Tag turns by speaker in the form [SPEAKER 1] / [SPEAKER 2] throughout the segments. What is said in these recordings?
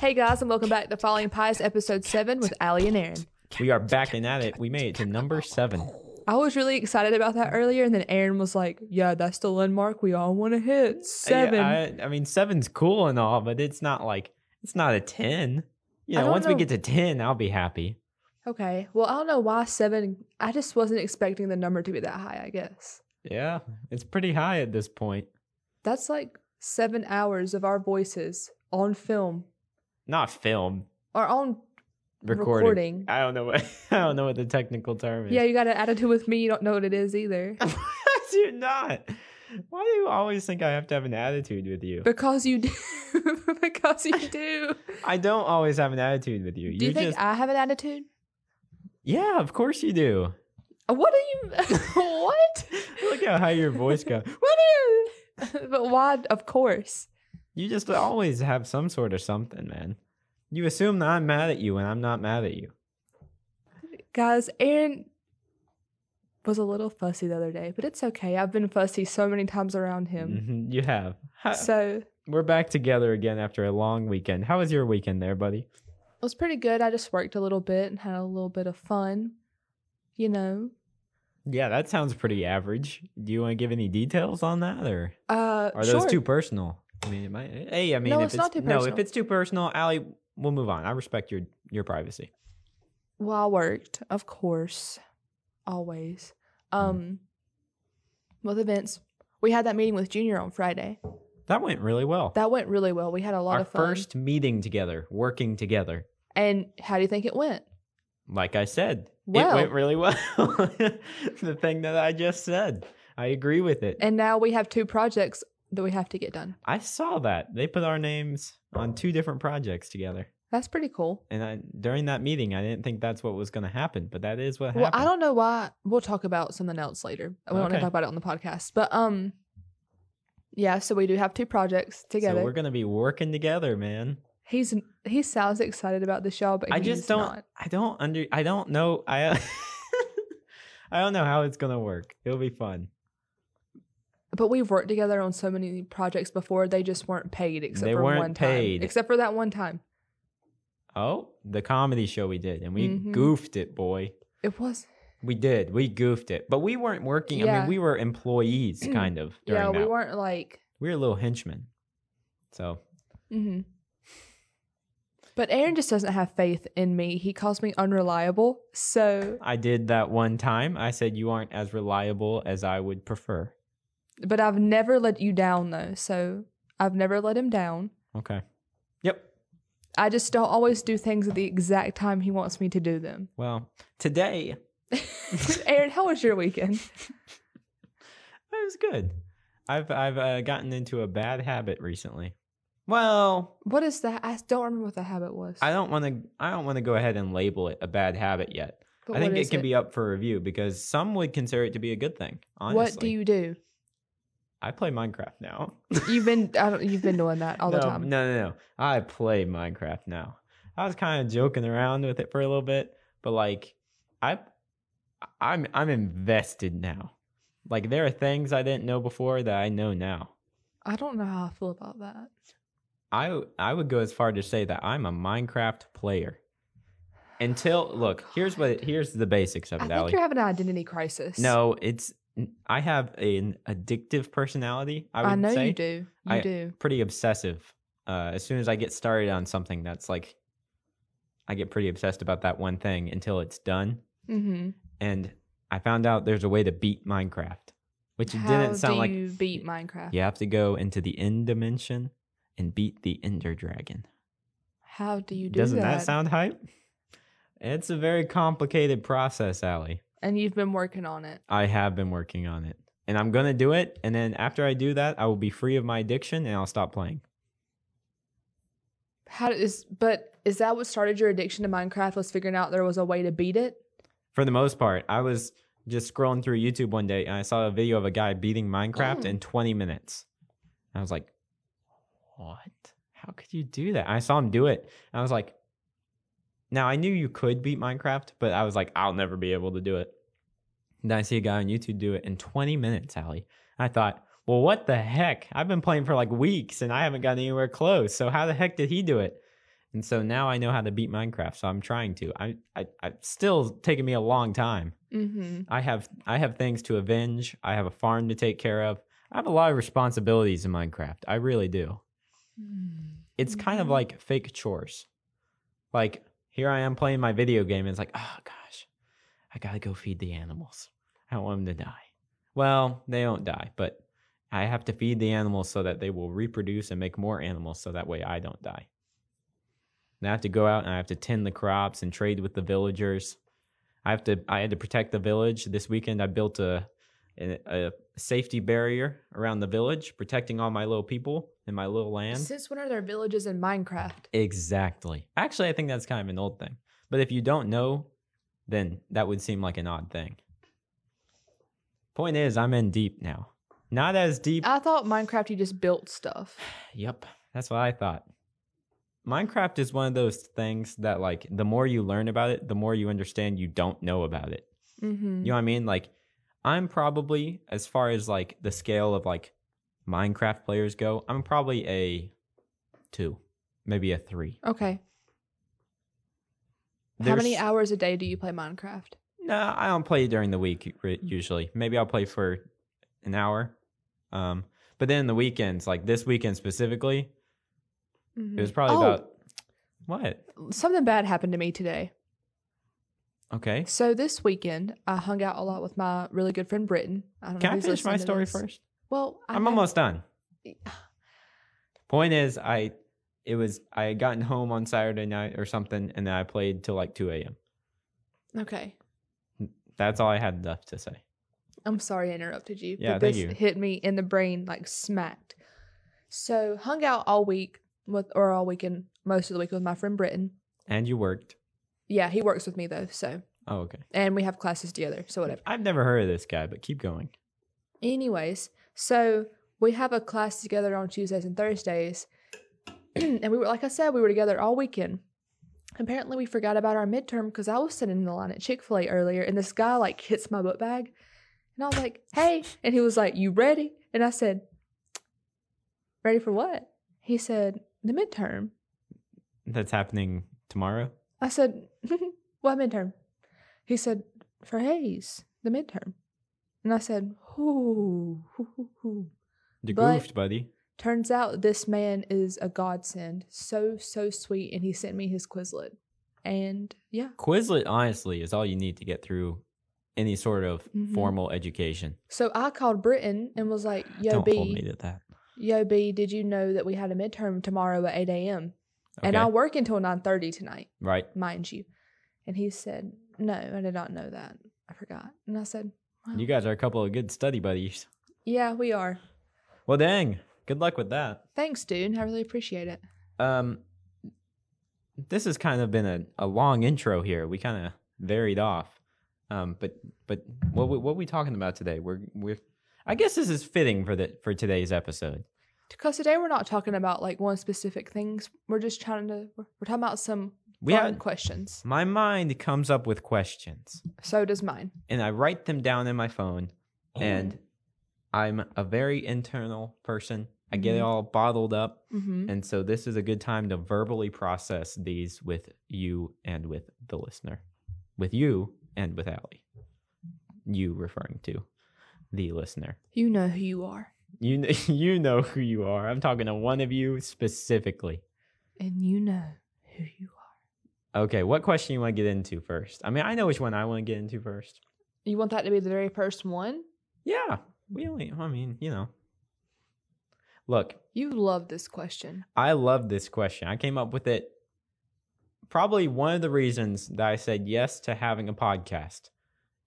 [SPEAKER 1] Hey guys, and welcome back to Falling Pies, episode seven with Allie and Aaron.
[SPEAKER 2] We are back and at it. We made it to number seven.
[SPEAKER 1] I was really excited about that earlier, and then Aaron was like, "Yeah, that's the landmark we all want to hit, seven.
[SPEAKER 2] Yeah, I, I mean, seven's cool and all, but it's not like it's not a ten. You
[SPEAKER 1] I
[SPEAKER 2] know,
[SPEAKER 1] don't
[SPEAKER 2] once we
[SPEAKER 1] know.
[SPEAKER 2] get to ten, I'll be happy.
[SPEAKER 1] okay, well, I don't know why seven. I just wasn't expecting the number to be that high. I guess
[SPEAKER 2] Yeah, it's pretty high at this point.
[SPEAKER 1] that's like seven hours of our voices on film
[SPEAKER 2] Not film
[SPEAKER 1] or on
[SPEAKER 2] recording.
[SPEAKER 1] Recording.
[SPEAKER 2] I don't know what I don't know what the technical term is.
[SPEAKER 1] Yeah, you got an attitude with me. You don't know what it is either.
[SPEAKER 2] you're not. Why do you always think I have to have an attitude with you?
[SPEAKER 1] Because you do. because you do.
[SPEAKER 2] I don't always have an attitude with you.
[SPEAKER 1] Do you
[SPEAKER 2] You're
[SPEAKER 1] think
[SPEAKER 2] just
[SPEAKER 1] I have an attitude?
[SPEAKER 2] yeah, of course you do.
[SPEAKER 1] What are you? what?
[SPEAKER 2] Look how high your voice goes.
[SPEAKER 1] What are? but why? Of course.
[SPEAKER 2] You just always have some sort of something, man. You assume that I'm mad at you when I'm not mad at you.
[SPEAKER 1] Guys, Aaron was a little fussy the other day, but it's okay. I've been fussy so many times around him.
[SPEAKER 2] Mhm, You have. Ha-
[SPEAKER 1] So it
[SPEAKER 2] We're back together again after a long weekend. How was your weekend there, buddy?
[SPEAKER 1] was pretty good. I just worked a little bit and had a little bit of fun. You know,
[SPEAKER 2] Yeah, that sounds pretty average. Do you want to give any details on that, or
[SPEAKER 1] uh,
[SPEAKER 2] are those
[SPEAKER 1] sure.
[SPEAKER 2] too personal? I mean, it might, hey, I mean,
[SPEAKER 1] No,
[SPEAKER 2] if
[SPEAKER 1] it's not too
[SPEAKER 2] no,
[SPEAKER 1] personal.
[SPEAKER 2] if it's too personal, Allie, we'll move on. I respect your your privacy.
[SPEAKER 1] Well, I worked, of course, always.
[SPEAKER 2] Mm.
[SPEAKER 1] Um, with events, we had that meeting with Junior on Friday.
[SPEAKER 2] That went really well.
[SPEAKER 1] That went really well. We had a lot
[SPEAKER 2] Our
[SPEAKER 1] of fun.
[SPEAKER 2] first meeting together, working together.
[SPEAKER 1] And how do you think it went?
[SPEAKER 2] like I said,
[SPEAKER 1] Well-
[SPEAKER 2] it went really well. the thing that I just said, I agree with it.
[SPEAKER 1] And now we have two projects that we have to get done.
[SPEAKER 2] I saw that they put our names on two different projects together,
[SPEAKER 1] That's pretty cool.
[SPEAKER 2] and I, during that meeting, I didn't think that's what was going to happen, but that is what
[SPEAKER 1] Well,
[SPEAKER 2] happened.
[SPEAKER 1] I don't know why. We'll talk about something else later. We want to
[SPEAKER 2] Okay.
[SPEAKER 1] talk about it on the podcast. But um, yeah. So we do have two projects together.
[SPEAKER 2] So we're going to be working together, man.
[SPEAKER 1] he's he sounds excited about the show, but
[SPEAKER 2] I
[SPEAKER 1] he's
[SPEAKER 2] just don't.
[SPEAKER 1] Not.
[SPEAKER 2] I don't under. I don't know. I. I don't know how it's going to work. It'll be fun.
[SPEAKER 1] But we've worked together on so many projects before. They just weren't paid except
[SPEAKER 2] They
[SPEAKER 1] for
[SPEAKER 2] weren't
[SPEAKER 1] one
[SPEAKER 2] paid.
[SPEAKER 1] time. Except for that one time.
[SPEAKER 2] Oh, the comedy show we did, and we
[SPEAKER 1] Mhm.
[SPEAKER 2] goofed it, boy.
[SPEAKER 1] It was
[SPEAKER 2] We did. We goofed it, but we weren't working. I
[SPEAKER 1] Yeah.
[SPEAKER 2] mean, we were employees, kind of. During
[SPEAKER 1] yeah.
[SPEAKER 2] that.
[SPEAKER 1] We weren't like.
[SPEAKER 2] We were little henchmen. So
[SPEAKER 1] hmm But Aaron just doesn't have faith in me. He calls me unreliable. So,
[SPEAKER 2] I did that one time. I said you aren't as reliable as I would prefer.
[SPEAKER 1] but I've never let you down though. So I've never let him down.
[SPEAKER 2] Okay. Yep.
[SPEAKER 1] I just don't always do things at the exact time he wants me to do them.
[SPEAKER 2] Well, today
[SPEAKER 1] Aaron, how was your weekend?
[SPEAKER 2] it was good. I've I've uh, gotten into a bad habit recently. Well,
[SPEAKER 1] What is that? I don't remember what the habit was.
[SPEAKER 2] I don't want to I don't want to go ahead and label it a bad habit yet.
[SPEAKER 1] But
[SPEAKER 2] I think
[SPEAKER 1] what
[SPEAKER 2] it
[SPEAKER 1] is
[SPEAKER 2] can be up for review because some would consider it to be a good thing. Honestly,
[SPEAKER 1] What do you do?
[SPEAKER 2] I play Minecraft now.
[SPEAKER 1] You've been I don't, you've been doing that all
[SPEAKER 2] no,
[SPEAKER 1] the time.
[SPEAKER 2] No, no, no. I play Minecraft now. I was kind of joking around with it for a little bit, but like I I'm I'm invested now. Like there are things I didn't know before that I know now.
[SPEAKER 1] I don't know how I feel about that.
[SPEAKER 2] I I would go as far to say that I'm a Minecraft player. Until look, here's what here's the basics of
[SPEAKER 1] I
[SPEAKER 2] it,
[SPEAKER 1] think
[SPEAKER 2] Allie.
[SPEAKER 1] you're having an identity crisis.
[SPEAKER 2] No, it's I have an addictive personality. I would
[SPEAKER 1] I, know
[SPEAKER 2] say.
[SPEAKER 1] you do. You
[SPEAKER 2] I-
[SPEAKER 1] do.
[SPEAKER 2] pretty obsessive. Uh, as soon as I get started on something, that's like I get pretty obsessed about that one thing until it's done.
[SPEAKER 1] Mm-hmm.
[SPEAKER 2] And I found out there's a way to beat Minecraft, which it
[SPEAKER 1] how
[SPEAKER 2] didn't sound
[SPEAKER 1] do
[SPEAKER 2] like.
[SPEAKER 1] you beat Minecraft?
[SPEAKER 2] You have to go into the end dimension and beat the Ender Dragon.
[SPEAKER 1] How do you do
[SPEAKER 2] Doesn't that. sound hype? It's a very complicated process, Allie.
[SPEAKER 1] And you've been working on it.
[SPEAKER 2] I have been working on it. And I'm going to do it. And then after I do that, I will be free of my addiction and I'll stop playing.
[SPEAKER 1] How is but is that what started your addiction to Minecraft? Was figuring out there was a way to beat it.
[SPEAKER 2] for the most part. I was just scrolling through YouTube one day and I saw a video of a guy beating Minecraft
[SPEAKER 1] Mm.
[SPEAKER 2] in 20 minutes. And I was like, what? How could you do that? I saw him do it. And I was like, now I knew you could beat Minecraft, but I was like, I'll never be able to do it. And then I see a guy on YouTube do it in 20 minutes, Allie. I thought, well, what the heck? I've been playing for like weeks and I haven't gotten anywhere close. So how the heck did he do it? And so now I know how to beat Minecraft. So I'm trying to. I, I, I still taking me a long time.
[SPEAKER 1] Mm-hmm.
[SPEAKER 2] I have I have things to avenge. I have a farm to take care of. I have a lot of responsibilities in Minecraft. I really do. It's kind of
[SPEAKER 1] Mhm.
[SPEAKER 2] like fake chores. Like here I am playing my video game and it's like, "Oh gosh. I got to go feed the animals. I don't want them to die." Well, they don't die, but I have to feed the animals so that they will reproduce and make more animals so that way I don't die. And I have to go out and I have to tend the crops and trade with the villagers. I have to I had to protect the village. This weekend I built a a, a safety barrier around the village, protecting all my little people and my little land.
[SPEAKER 1] Since when are there villages in Minecraft?
[SPEAKER 2] Exactly. Actually, I think that's kind of an old thing. But if you don't know, then that would seem like an odd thing. Point is, I'm in deep now. Not as deep.
[SPEAKER 1] I thought Minecraft you just built stuff.
[SPEAKER 2] Yep, that's what I thought. Minecraft is one of those things that, like, the more you learn about it, the more you understand you don't know about it.
[SPEAKER 1] Mm-hmm.
[SPEAKER 2] You know what I mean? Like, I'm probably, as far as like the scale of like Minecraft players go, I'm probably a two, maybe a three.
[SPEAKER 1] Okay. How
[SPEAKER 2] There's-
[SPEAKER 1] many hours a day do you play Minecraft?
[SPEAKER 2] No, I don't play during the week r- usually. Maybe I'll play for an hour. Um, but then the weekends, like this weekend specifically, it was probably
[SPEAKER 1] Oh.
[SPEAKER 2] about what?
[SPEAKER 1] Mm-hmm. Something bad happened to me today.
[SPEAKER 2] Okay.
[SPEAKER 1] So this weekend, I hung out a lot with my really good friend Britton. I don't know
[SPEAKER 2] Can I
[SPEAKER 1] who's
[SPEAKER 2] finish my
[SPEAKER 1] listening to
[SPEAKER 2] story
[SPEAKER 1] this.
[SPEAKER 2] first?
[SPEAKER 1] Well, I
[SPEAKER 2] I'm
[SPEAKER 1] have-
[SPEAKER 2] almost done. Point is, I it was I had gotten home on Saturday night or something, and then I played till like 2 a.m.
[SPEAKER 1] okay.
[SPEAKER 2] That's all I had left to say.
[SPEAKER 1] I'm sorry I interrupted you.
[SPEAKER 2] Yeah,
[SPEAKER 1] but
[SPEAKER 2] thank
[SPEAKER 1] this
[SPEAKER 2] you.
[SPEAKER 1] hit me in the brain like smacked. So hung out all week with or all weekend, most of the week with my friend Britton.
[SPEAKER 2] And you worked.
[SPEAKER 1] Yeah, he works with me though, so
[SPEAKER 2] Oh, okay.
[SPEAKER 1] and we have classes together, so whatever.
[SPEAKER 2] I've never heard of this guy, but keep going.
[SPEAKER 1] Anyways, so we have a class together on Tuesdays and Thursdays. and we were, like I said, we were together all weekend. Apparently, we forgot about our midterm because I was sitting in the line at Chick fil A earlier and this guy like hits my book bag. And I was like, hey. And he was like, you ready? And I said, ready for what? He said, the midterm.
[SPEAKER 2] That's happening tomorrow.
[SPEAKER 1] I said, What midterm? He said, For Hayes, the midterm. And I said, Hoo, hoo, hoo, hoo.
[SPEAKER 2] You
[SPEAKER 1] But-
[SPEAKER 2] goofed, buddy.
[SPEAKER 1] Turns out this man is a godsend. So, so sweet. And he sent me his Quizlet. And yeah.
[SPEAKER 2] Quizlet, honestly, is all you need to get through any sort of
[SPEAKER 1] Mhm.
[SPEAKER 2] formal education.
[SPEAKER 1] So I called Britain and was like, Yo,
[SPEAKER 2] Don't
[SPEAKER 1] B,
[SPEAKER 2] hold me to that.
[SPEAKER 1] Yo, B, did you know that we had a midterm tomorrow at 8 a.m.?
[SPEAKER 2] Okay.
[SPEAKER 1] And I work until 9.30 tonight,
[SPEAKER 2] right.
[SPEAKER 1] mind you. And he said, No, I did not know that. I forgot. And I said, wow.
[SPEAKER 2] You guys are a couple of good study buddies.
[SPEAKER 1] Yeah, we are.
[SPEAKER 2] Well, dang. Good luck with that.
[SPEAKER 1] Thanks, dude. I really appreciate it.
[SPEAKER 2] Um, this has kind of been a, a long intro here. We kind of varied off. Um, but but what we, what we talking about today? We're we're I guess this is fitting for the for today's episode.
[SPEAKER 1] Because today we're not talking about like one specific things. We're just trying to we're we're talking about some
[SPEAKER 2] We
[SPEAKER 1] fun
[SPEAKER 2] have
[SPEAKER 1] questions.
[SPEAKER 2] my mind comes up with questions.
[SPEAKER 1] So does mine.
[SPEAKER 2] and I write them down in my phone. And I'm a very internal person. I get it
[SPEAKER 1] Mhm.
[SPEAKER 2] all bottled up.
[SPEAKER 1] Mm-hmm.
[SPEAKER 2] And so this is a good time to verbally process these with you and with the listener. With you and with Allie. You referring to the listener.
[SPEAKER 1] You know who you are,
[SPEAKER 2] You know, you know who you are. I'm talking to one of you specifically.
[SPEAKER 1] and you know who you are.
[SPEAKER 2] Okay, what question you want to get into first? I mean, I know which one I want to get into first.
[SPEAKER 1] You want that to be the very first one?
[SPEAKER 2] Yeah, we only, I mean, you know. Look,
[SPEAKER 1] You love this question.
[SPEAKER 2] I love this question. I came up with it. Probably one of the reasons that I said yes to having a podcast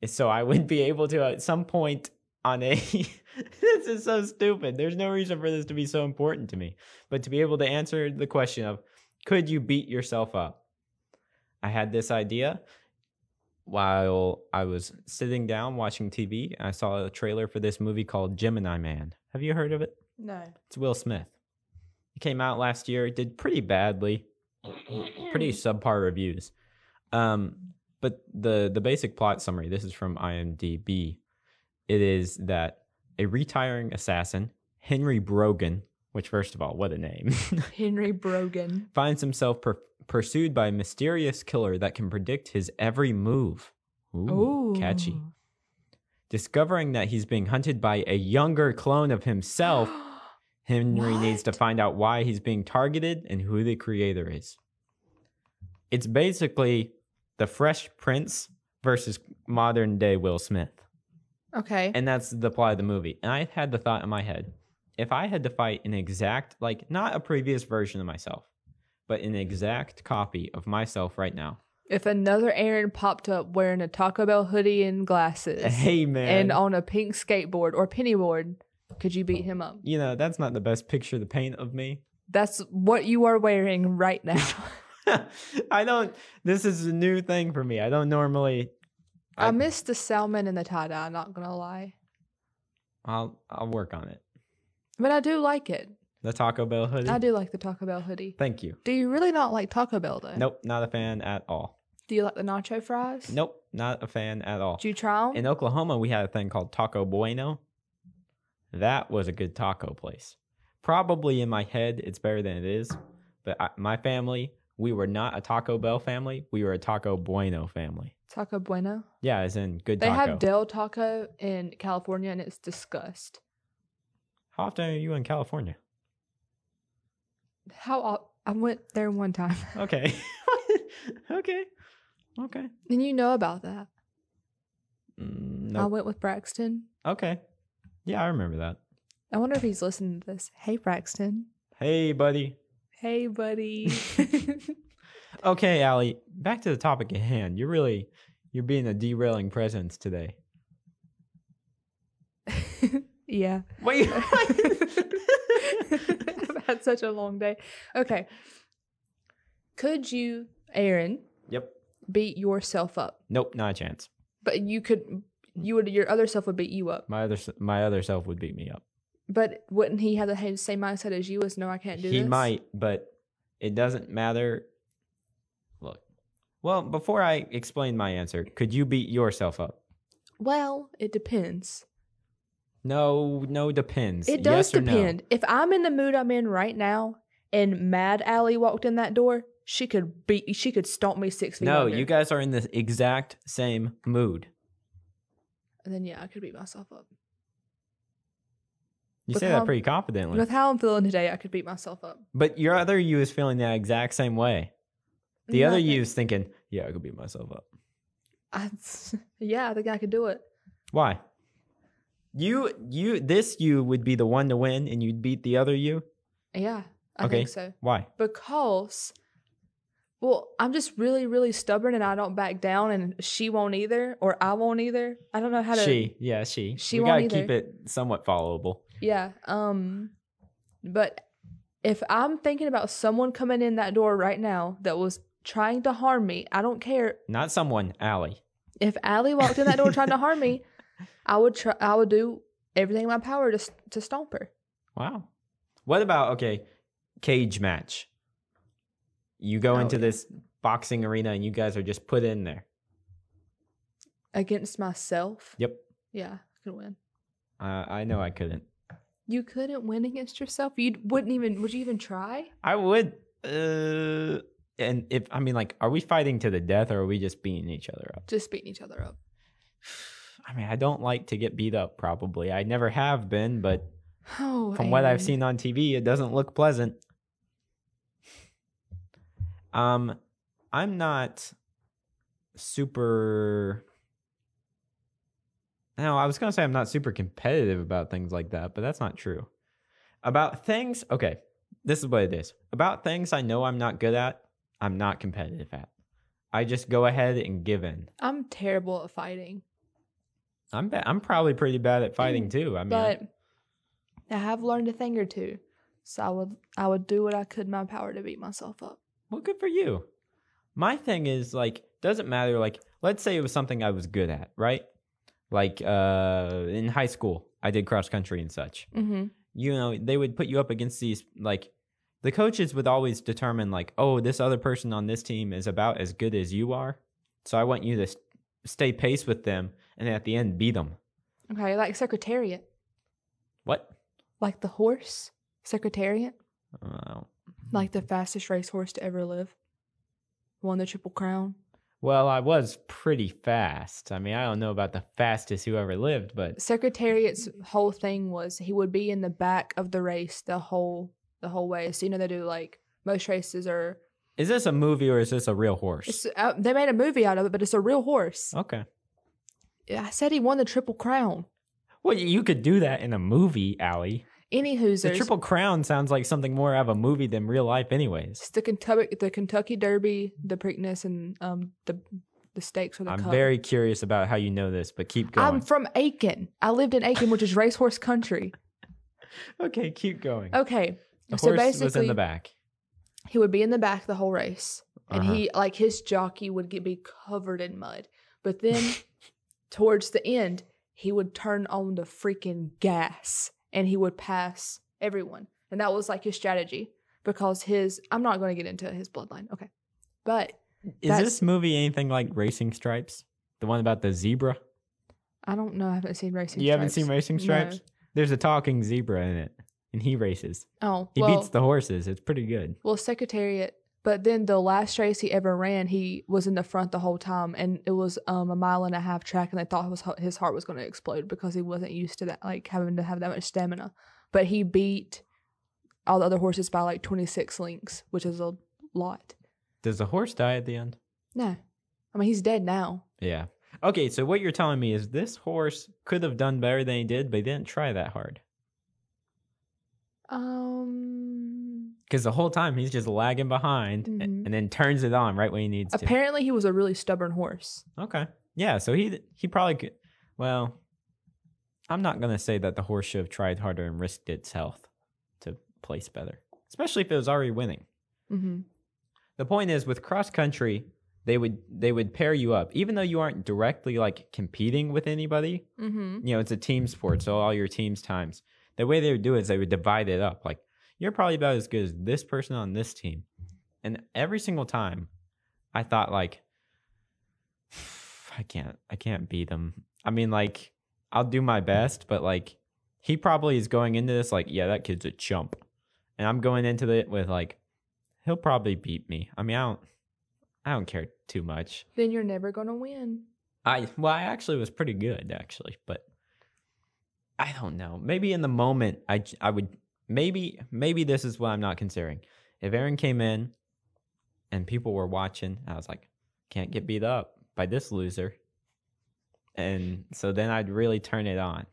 [SPEAKER 2] is so I would be able to at some point on a. this is so stupid. There's no reason for this to be so important to me, but to be able to answer the question of could you beat yourself up? I had this idea while I was sitting down watching TV and I saw a trailer for this movie called Gemini Man. Have you heard of it?
[SPEAKER 1] No.
[SPEAKER 2] It's Will Smith. It came out last year. It did pretty badly, pretty subpar reviews. Um, but the the basic plot summary. This is from IMDb. It is that a retiring assassin, Henry Brogan, which first of all, what a name,
[SPEAKER 1] Henry Brogan.
[SPEAKER 2] finds himself per- pursued by a mysterious killer that can predict his every move. Ooh, catchy. Discovering that he's being hunted by a younger clone of himself, Henry needs to
[SPEAKER 1] What?
[SPEAKER 2] find out why he's being targeted and who the creator is. It's basically the Fresh Prince versus modern day Will Smith.
[SPEAKER 1] okay.
[SPEAKER 2] And that's the plot of the movie. And I had the thought in my head if I had to fight an exact, like, not a previous version of myself, but an exact copy of myself right now.
[SPEAKER 1] if another Aaron popped up wearing a Taco Bell hoodie and glasses
[SPEAKER 2] Hey, man.
[SPEAKER 1] and on a pink skateboard or penny board, could you beat him up?
[SPEAKER 2] you know, that's not the best picture to paint of me.
[SPEAKER 1] That's what you are wearing right now.
[SPEAKER 2] I don't, this is a new thing for me. I don't normally,
[SPEAKER 1] I,
[SPEAKER 2] I-
[SPEAKER 1] miss the salmon and the tie dye, not gonna lie.
[SPEAKER 2] I'll, I'll work on it.
[SPEAKER 1] But I do like it.
[SPEAKER 2] The Taco Bell hoodie.
[SPEAKER 1] I do like the Taco Bell hoodie.
[SPEAKER 2] Thank you.
[SPEAKER 1] Do you really not like Taco Bell though?
[SPEAKER 2] Nope, not a fan at all.
[SPEAKER 1] Do you like the nacho fries?
[SPEAKER 2] Nope, not a fan at all.
[SPEAKER 1] Do you try them?
[SPEAKER 2] In Oklahoma, we had a thing called Taco Bueno. That was a good taco place. Probably in my head, it's better than it is. But I, my family, we were not a Taco Bell family. We were a Taco Bueno family.
[SPEAKER 1] Taco Bueno.
[SPEAKER 2] Yeah, as in good
[SPEAKER 1] They
[SPEAKER 2] taco.
[SPEAKER 1] have Del Taco in California and it's disgust.
[SPEAKER 2] How often are you in California?
[SPEAKER 1] How op- I went there one time.
[SPEAKER 2] Okay. okay. Okay.
[SPEAKER 1] and you know about that.
[SPEAKER 2] Mm,
[SPEAKER 1] I
[SPEAKER 2] nope.
[SPEAKER 1] went with Braxton.
[SPEAKER 2] Okay. Yeah, I remember that.
[SPEAKER 1] I wonder if he's listening to this. Hey, Braxton.
[SPEAKER 2] Hey, buddy.
[SPEAKER 1] Hey, buddy.
[SPEAKER 2] Okay, Allie, back to the topic at hand. You're really, you're being a derailing presence today.
[SPEAKER 1] yeah.
[SPEAKER 2] Wait.
[SPEAKER 1] I've had such a long day. Okay. Could you, Aaron,
[SPEAKER 2] yep.
[SPEAKER 1] beat yourself up?
[SPEAKER 2] Nope, not a chance.
[SPEAKER 1] But you could, you would, your other self would beat you up.
[SPEAKER 2] My other s- my other self would beat me up.
[SPEAKER 1] But wouldn't he have the ha- same mindset as you? As no, I can't do
[SPEAKER 2] He
[SPEAKER 1] this.
[SPEAKER 2] might, but it doesn't matter. Look. Well, before I explain my answer, could you beat yourself up?
[SPEAKER 1] Well, it depends.
[SPEAKER 2] No, no depends.
[SPEAKER 1] It does
[SPEAKER 2] yes or
[SPEAKER 1] depend. If I'm in the mood I'm in right now, and Mad Alley walked in that door, she could beat. She could stomp me six feet.
[SPEAKER 2] No. no,
[SPEAKER 1] under.
[SPEAKER 2] you guys are in the exact same mood.
[SPEAKER 1] And then yeah, I could beat myself up.
[SPEAKER 2] You
[SPEAKER 1] With
[SPEAKER 2] say
[SPEAKER 1] how-
[SPEAKER 2] that pretty confidently.
[SPEAKER 1] With how I'm feeling today, I could beat myself up.
[SPEAKER 2] but your other you is feeling that exact same way. The other
[SPEAKER 1] Nothing.
[SPEAKER 2] you is thinking, yeah, I could beat myself up.
[SPEAKER 1] I, yeah, I think I could do it.
[SPEAKER 2] Why? You you this you would be the one to win and you'd beat the other you?
[SPEAKER 1] Yeah, I
[SPEAKER 2] Okay.
[SPEAKER 1] think so.
[SPEAKER 2] Why?
[SPEAKER 1] Because, well, I'm just really, really stubborn, and I don't back down, and she won't either, or I won't either. I don't know how to.
[SPEAKER 2] she, yeah, she.
[SPEAKER 1] She
[SPEAKER 2] we
[SPEAKER 1] won't
[SPEAKER 2] gotta keep
[SPEAKER 1] either.
[SPEAKER 2] it somewhat followable.
[SPEAKER 1] Yeah. Um, but if I'm thinking about someone coming in that door right now that was trying to harm me, I don't care
[SPEAKER 2] Not someone, Allie.
[SPEAKER 1] if Allie walked in that door trying to harm me. I would try. I would do everything in my power to s- to stomp her.
[SPEAKER 2] Wow. What about okay, cage match? You go
[SPEAKER 1] Oh,
[SPEAKER 2] into
[SPEAKER 1] yeah.
[SPEAKER 2] this boxing arena and you guys are just put in there.
[SPEAKER 1] against myself.
[SPEAKER 2] Yep.
[SPEAKER 1] Yeah, I could win.
[SPEAKER 2] Uh, I know I couldn't.
[SPEAKER 1] You couldn't win against yourself. You wouldn't even. Would you even try?
[SPEAKER 2] I would. Uh, and if I mean, like, are we fighting to the death or are we just beating each other up?
[SPEAKER 1] Just beating each other up.
[SPEAKER 2] I mean, I don't like to get beat up. Probably, I never have been, but
[SPEAKER 1] Oh,
[SPEAKER 2] from what I've
[SPEAKER 1] Aaron.
[SPEAKER 2] seen on TV, it doesn't look pleasant. Um, I'm not super. No, I was gonna say I'm not super competitive about things like that, but that's not true. About things, okay, this is what it is. About things I know I'm not good at, I'm not competitive at. I just go ahead and give in.
[SPEAKER 1] I'm terrible at fighting,
[SPEAKER 2] I'm ba- I'm probably pretty bad at fighting too. I mean, I-
[SPEAKER 1] but I have learned a thing or two. So I would I would do what I could in my power to beat myself up.
[SPEAKER 2] Well, good for you. My thing is like doesn't matter. Like let's say it was something I was good at, right? Like uh, in high school, I did cross country and such.
[SPEAKER 1] Mm-hmm.
[SPEAKER 2] You know, they would put you up against these like the coaches would always determine like, oh, this other person on this team is about as good as you are, so I want you to s stay pace with them, and at the end beat them.
[SPEAKER 1] Okay, like Secretariat,
[SPEAKER 2] What?
[SPEAKER 1] like the horse Secretariat,
[SPEAKER 2] Uh,
[SPEAKER 1] like the fastest racehorse to ever live. won the triple crown.
[SPEAKER 2] Well, I was pretty fast. I mean, I don't know about the fastest who ever lived, but
[SPEAKER 1] Secretariat's whole thing was he would be in the back of the race the whole the whole way. So you know they do like most races are.
[SPEAKER 2] is this a movie or is this a real horse?
[SPEAKER 1] It's, uh, they made a movie out of it, but it's a real horse.
[SPEAKER 2] okay.
[SPEAKER 1] I said he won the triple crown.
[SPEAKER 2] Well, you could do that in a movie, Allie.
[SPEAKER 1] Any
[SPEAKER 2] The
[SPEAKER 1] hoosers.
[SPEAKER 2] Triple Crown sounds like something more out of a movie than real life, anyways.
[SPEAKER 1] It's the Kentucky, the Kentucky Derby, the Preakness, and um the the stakes for the
[SPEAKER 2] I'm
[SPEAKER 1] cup.
[SPEAKER 2] very curious about how you know this, but keep
[SPEAKER 1] I'm
[SPEAKER 2] going.
[SPEAKER 1] from Aiken. I lived in Aiken, which is racehorse country.
[SPEAKER 2] okay, keep going.
[SPEAKER 1] Okay,
[SPEAKER 2] the
[SPEAKER 1] so
[SPEAKER 2] horse was in
[SPEAKER 1] basically-
[SPEAKER 2] the back.
[SPEAKER 1] he would be in the back the whole race, and
[SPEAKER 2] Uh-huh.
[SPEAKER 1] he like his jockey would get be covered in mud. But then towards the end, he would turn on the freaking gas, and he would pass everyone. And that was like his strategy because his I'm not going to get into his bloodline. Okay, but
[SPEAKER 2] Is
[SPEAKER 1] That's-
[SPEAKER 2] this movie anything like Racing Stripes? The one about the zebra?
[SPEAKER 1] I don't know. I haven't seen racing.
[SPEAKER 2] you haven't seen
[SPEAKER 1] Stripes.
[SPEAKER 2] Racing
[SPEAKER 1] No.
[SPEAKER 2] Stripes? There's a talking zebra in it, and he races.
[SPEAKER 1] Oh,
[SPEAKER 2] He
[SPEAKER 1] well,
[SPEAKER 2] beats the horses. It's pretty good.
[SPEAKER 1] Well, Secretariat. But then the last race he ever ran, he was in the front the whole time, and it was um, a mile and a half track, and they thought his his heart was going to explode because he wasn't used to that, like having to have that much stamina. But he beat all the other horses by like twenty six links, which is a lot.
[SPEAKER 2] Does the horse die at the end?
[SPEAKER 1] No, I mean he's dead now.
[SPEAKER 2] Yeah. Okay, so what you're telling me is this horse could have done better than he did, but he didn't try that hard.
[SPEAKER 1] Um,
[SPEAKER 2] Because the whole time he's just lagging behind a-
[SPEAKER 1] Mhm.
[SPEAKER 2] and then turns it on right when he needs to.
[SPEAKER 1] apparently he was a really stubborn horse.
[SPEAKER 2] Okay. Yeah. So he he probably could. Well, I'm not gonna say that the horse should have tried harder and risked its health to place better, especially if it was already winning. Mm-hmm.
[SPEAKER 1] hmm
[SPEAKER 2] The point is, with cross country, they would they would pair you up, even though you aren't directly like competing with anybody.
[SPEAKER 1] hmm
[SPEAKER 2] You know, it's a team sport, so all your teams times. The way they would do it is they would divide it up. Like you're probably about as good as this person on this team, and every single time, I thought like, I can't, I can't beat him. I mean, like I'll do my best, but like he probably is going into this like, yeah, that kid's a chump, and I'm going into it with like, he'll probably beat me. I mean, I don't, I don't care too much.
[SPEAKER 1] Then you're never gonna win.
[SPEAKER 2] I well, I actually was pretty good actually, but I don't know. Maybe in the moment, I j- I would maybe maybe this is what I'm not considering. If Aaron came in and people were watching, I was like, can't get beat up by this loser, and so then I'd really turn it on.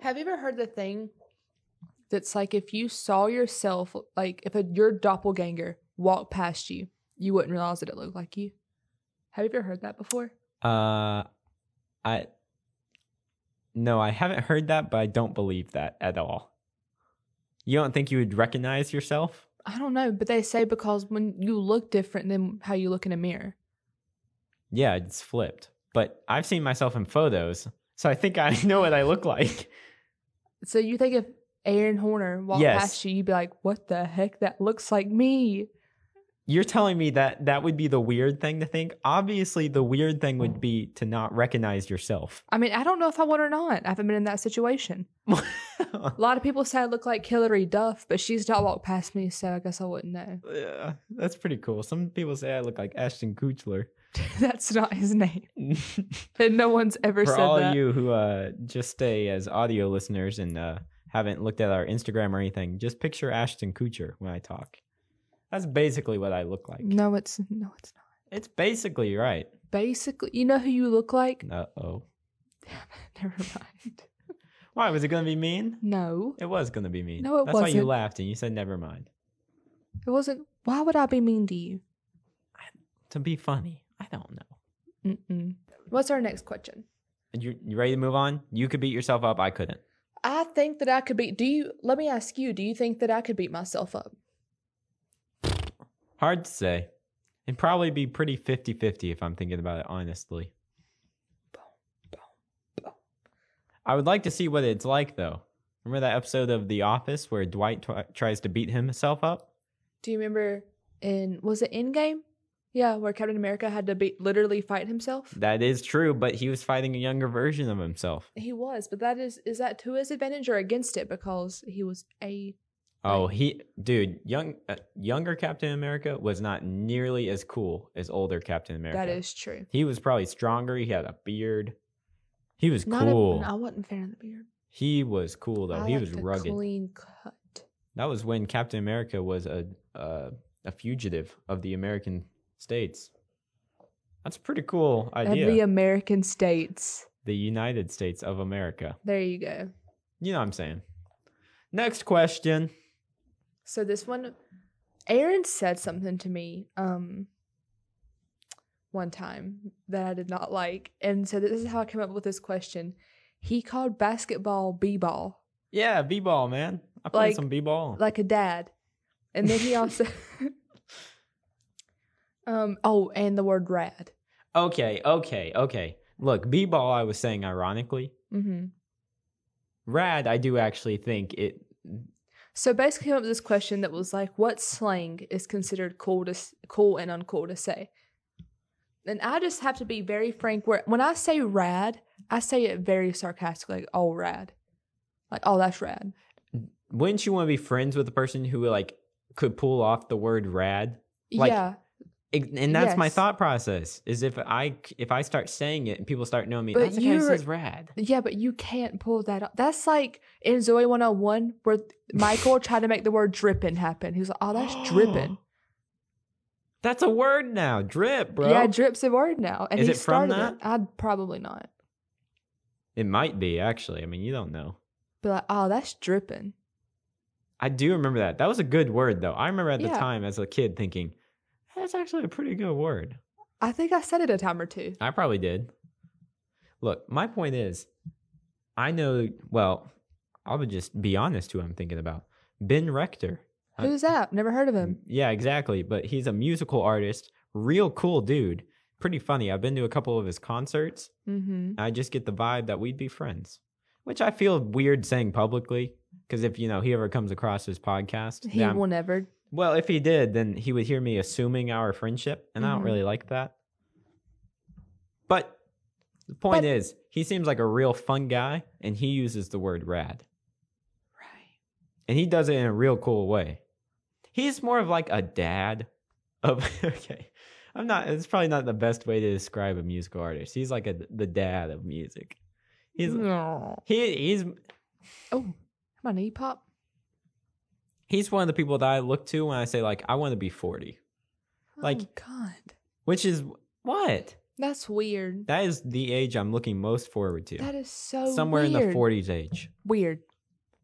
[SPEAKER 1] Have you ever heard the thing that's like if you saw yourself, like if a, your doppelganger walked past you, you wouldn't realize that it looked like you? Have you ever heard that before?
[SPEAKER 2] Uh, I no, I haven't heard that, but I don't believe that at all. You don't think you would recognize yourself?
[SPEAKER 1] I don't know, but they say because when you look different than how you look in a mirror.
[SPEAKER 2] Yeah, it's flipped. But I've seen myself in photos, so I think I know what I look like.
[SPEAKER 1] So you think if Aaron Horner walked
[SPEAKER 2] Yes.
[SPEAKER 1] past you, you'd be like, what the heck? That looks like me.
[SPEAKER 2] You're telling me that that would be the weird thing to think? Obviously, the weird thing would be to not recognize yourself.
[SPEAKER 1] I mean, I don't know if I would or not. I haven't been in that situation. A lot of people say I look like Hillary Duff, but she's not walked past me, so I guess I wouldn't know.
[SPEAKER 2] yeah, that's pretty cool. Some people say I look like Ashton Kutcher.
[SPEAKER 1] That's not his name. And no one's ever
[SPEAKER 2] For
[SPEAKER 1] said
[SPEAKER 2] all
[SPEAKER 1] that.
[SPEAKER 2] you who uh, just stay as audio listeners and uh, haven't looked at our Instagram or anything, just picture Ashton Kutcher when I talk. That's basically what I look like.
[SPEAKER 1] No, it's no, it's not.
[SPEAKER 2] It's basically right.
[SPEAKER 1] Basically, you know who you look like.
[SPEAKER 2] Uh oh. Mm.
[SPEAKER 1] Never mind.
[SPEAKER 2] Why was it gonna be mean?
[SPEAKER 1] No,
[SPEAKER 2] It was gonna be mean.
[SPEAKER 1] No, it
[SPEAKER 2] That's why
[SPEAKER 1] wasn't.
[SPEAKER 2] you laughed and you said never mind.
[SPEAKER 1] it wasn't. Why would I be mean to you?
[SPEAKER 2] To be funny. I don't know.
[SPEAKER 1] Mm-mm. What's our next question?
[SPEAKER 2] And You you ready to move on? You could beat yourself up. I couldn't.
[SPEAKER 1] I think that I could beat. Do you? Let me ask you. Do you think that I could beat myself up?
[SPEAKER 2] Hard to say. It'd probably be pretty 50-50 if I'm thinking about it honestly. I would like to see what it's like though. Remember that episode of The Office where Dwight twi- tries to beat himself up?
[SPEAKER 1] Do you remember? In was it Endgame? Yeah, where Captain America had to be literally fight himself.
[SPEAKER 2] That is true, but he was fighting a younger version of himself.
[SPEAKER 1] He was, but that is is that to his advantage or against it? Because he was a
[SPEAKER 2] Oh, he, dude, young, uh, younger Captain America was not nearly as cool as older Captain America.
[SPEAKER 1] That is true.
[SPEAKER 2] He was probably stronger. He had a beard. He was
[SPEAKER 1] Not
[SPEAKER 2] cool.
[SPEAKER 1] A, I wasn't a fan of the beard.
[SPEAKER 2] He was cool though.
[SPEAKER 1] I
[SPEAKER 2] he
[SPEAKER 1] like
[SPEAKER 2] was
[SPEAKER 1] the
[SPEAKER 2] rugged.
[SPEAKER 1] Clean cut.
[SPEAKER 2] That was when Captain America was a uh, a fugitive of the American states. That's a pretty cool idea.
[SPEAKER 1] Of the uh, American states.
[SPEAKER 2] the United States of America.
[SPEAKER 1] There you go.
[SPEAKER 2] You know what I'm saying. Next question.
[SPEAKER 1] So this one, Aaron said something to me um, one time that I did not like, and so this is how I came up with this question. He called basketball b-ball,
[SPEAKER 2] Yeah, b-ball, man. I played
[SPEAKER 1] Like-
[SPEAKER 2] some b-ball.
[SPEAKER 1] like a dad, and then he also, um, oh, and the word rad.
[SPEAKER 2] okay, okay, okay. Look, b-ball I was saying ironically.
[SPEAKER 1] Mm-hmm.
[SPEAKER 2] Rad, I do actually think it
[SPEAKER 1] So basically, came up with this question that was like, "What slang is considered cool to s- cool and uncool to say?" And I just have to be very frank. Where when I say "rad," I say it very sarcastically, like, "Oh, rad," like, "Oh, that's rad."
[SPEAKER 2] wouldn't you want to be friends with a person who like could pull off the word rad? Like,
[SPEAKER 1] yeah,
[SPEAKER 2] Ex- and that's my
[SPEAKER 1] Yes.
[SPEAKER 2] thought process is if i c- if i start saying it and people start knowing me
[SPEAKER 1] But
[SPEAKER 2] that's the guy who
[SPEAKER 1] you're-
[SPEAKER 2] says rad
[SPEAKER 1] yeah, but you can't pull that off. That's like in Zoe One Hundred One, where Michael tried to make the word "dripping" happen. He was like, "Oh, that's dripping."
[SPEAKER 2] that's a word now drip bro
[SPEAKER 1] Yeah, drip's a word now, and
[SPEAKER 2] Is
[SPEAKER 1] he
[SPEAKER 2] it from
[SPEAKER 1] started
[SPEAKER 2] that?
[SPEAKER 1] it. I'd probably not
[SPEAKER 2] it might be actually i mean you don't know
[SPEAKER 1] be like, "Oh, that's dripping."
[SPEAKER 2] i do remember that that was a good word though i remember at the
[SPEAKER 1] Yeah.
[SPEAKER 2] time as a kid thinking that's actually a pretty good word
[SPEAKER 1] I think I said it a time or two.
[SPEAKER 2] i probably did look my point is i know well i would just be honest who i'm thinking about ben rector I-
[SPEAKER 1] Who's that? Never heard of him.
[SPEAKER 2] Yeah, exactly. But he's a musical artist, real cool dude, pretty funny. I've been to a couple of his concerts.
[SPEAKER 1] Mm-hmm.
[SPEAKER 2] I just get the vibe that we'd be friends, which I feel weird saying publicly because if you know he ever comes across this podcast,
[SPEAKER 1] He
[SPEAKER 2] then I'm-
[SPEAKER 1] will never.
[SPEAKER 2] well, if he did, then he would hear me assuming our friendship, and I don't
[SPEAKER 1] Mhm.
[SPEAKER 2] really like that. But the point
[SPEAKER 1] But-
[SPEAKER 2] is, he seems like a real fun guy, and he uses the word rad.
[SPEAKER 1] Right.
[SPEAKER 2] and he does it in a real cool way. He's more of like a dad of okay. I'm not it's probably not the best way to describe a musical artist. He's like a the dad of music. He's
[SPEAKER 1] Mm.
[SPEAKER 2] he he's
[SPEAKER 1] Oh, my knee pop.
[SPEAKER 2] he's one of the people that I look to when I say like I want to be 40,
[SPEAKER 1] oh,
[SPEAKER 2] Like-
[SPEAKER 1] God,
[SPEAKER 2] which is what?
[SPEAKER 1] that's weird.
[SPEAKER 2] That is the age I'm looking most forward to.
[SPEAKER 1] That is so
[SPEAKER 2] Somewhere
[SPEAKER 1] weird.
[SPEAKER 2] in the 40s age.
[SPEAKER 1] Weird.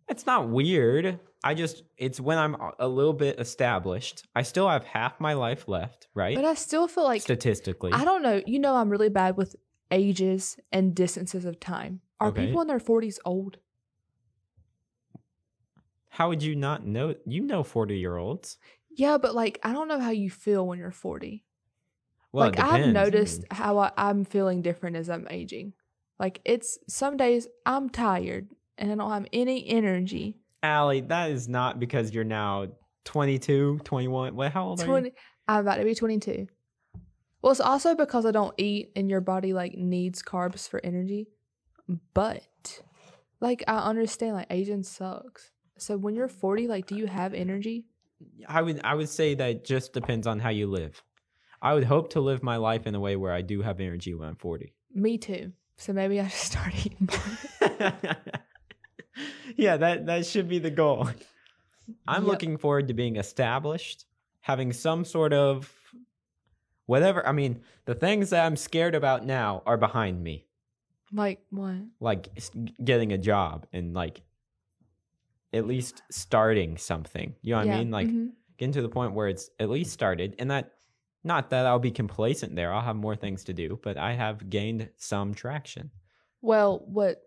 [SPEAKER 2] It's not weird. I just it's when I'm a- a little bit established. I still have half my life left, right?
[SPEAKER 1] But I still feel like
[SPEAKER 2] Statistically.
[SPEAKER 1] I don't know. You know, I'm really bad with ages and distances of time. Are
[SPEAKER 2] Okay.
[SPEAKER 1] people in their 40s old?
[SPEAKER 2] How would you not know? You know, forty-year-olds.
[SPEAKER 1] Yeah, but like I don't know how you feel when you're 40.
[SPEAKER 2] Well, it
[SPEAKER 1] like I've
[SPEAKER 2] depends.
[SPEAKER 1] noticed how I, I'm feeling different as I'm aging. Like it's some days I'm tired and I don't have any energy.
[SPEAKER 2] Allie, that is not because you're now 22, 21. What? How old are you?
[SPEAKER 1] 20 I'm about to be 22. Well, it's also because I don't eat and your body like needs carbs for energy. But like I understand like aging sucks. So when you're 40, like do you have energy?
[SPEAKER 2] I would. I would say that it just depends on how you live. I would hope to live my life in a way where I do have energy when I'm forty.
[SPEAKER 1] Me too. So maybe I should start eating more.
[SPEAKER 2] yeah, that that should be the goal. I'm
[SPEAKER 1] Yep.
[SPEAKER 2] looking forward to being established, having some sort of whatever. I mean, the things that I'm scared about now are behind me.
[SPEAKER 1] like what?
[SPEAKER 2] like s- getting a job and like at least starting something. You know what I
[SPEAKER 1] Yeah,
[SPEAKER 2] mean? Like
[SPEAKER 1] mhm.
[SPEAKER 2] getting to the point where it's at least started and that not that I'll be complacent there. I'll have more things to do, but I have gained some traction.
[SPEAKER 1] Well, what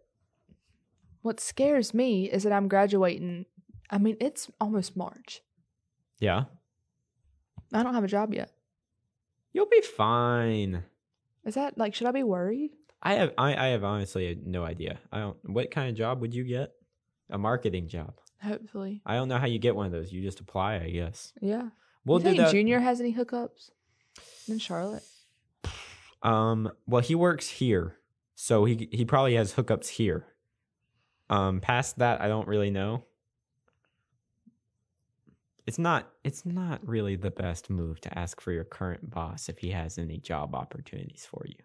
[SPEAKER 1] what scares me is that I'm graduating. I mean, it's almost March.
[SPEAKER 2] Yeah.
[SPEAKER 1] I don't have a job yet.
[SPEAKER 2] You'll be fine.
[SPEAKER 1] Is that like should I be worried?
[SPEAKER 2] I have I, I have honestly no idea. I don't what kind of job would you get? A marketing job.
[SPEAKER 1] Hopefully.
[SPEAKER 2] I don't know how you get one of those. You just apply, I guess.
[SPEAKER 1] Yeah.
[SPEAKER 2] We'll
[SPEAKER 1] you
[SPEAKER 2] do
[SPEAKER 1] think
[SPEAKER 2] that.
[SPEAKER 1] Junior has any hookups in Charlotte?
[SPEAKER 2] Um, well, he works here, so he he probably has hookups here. Um, past that, I don't really know. It's not it's not really the best move to ask for your current boss if he has any job opportunities for you.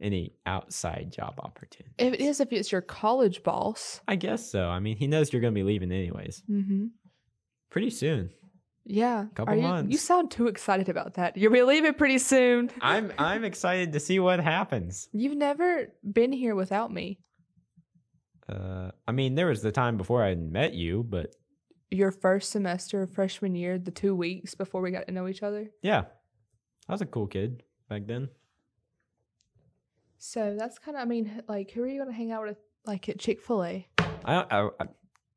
[SPEAKER 2] Any outside job opportunities.
[SPEAKER 1] If it is if it's your college boss.
[SPEAKER 2] I guess so. I mean, he knows you're going to be leaving anyways.
[SPEAKER 1] Mm-hmm.
[SPEAKER 2] Pretty soon.
[SPEAKER 1] Yeah.
[SPEAKER 2] Couple
[SPEAKER 1] Are you,
[SPEAKER 2] months.
[SPEAKER 1] You sound too excited about that. You'll be leaving pretty soon.
[SPEAKER 2] I'm I'm excited to see what happens.
[SPEAKER 1] You've never been here without me.
[SPEAKER 2] Uh I mean, there was the time before I met you, but
[SPEAKER 1] Your first semester of freshman year, the two weeks before we got to know each other.
[SPEAKER 2] yeah. I was a cool kid back then.
[SPEAKER 1] So that's kind of, I mean, like, who are you going to hang out with, like, at Chick fil A?
[SPEAKER 2] I, I, I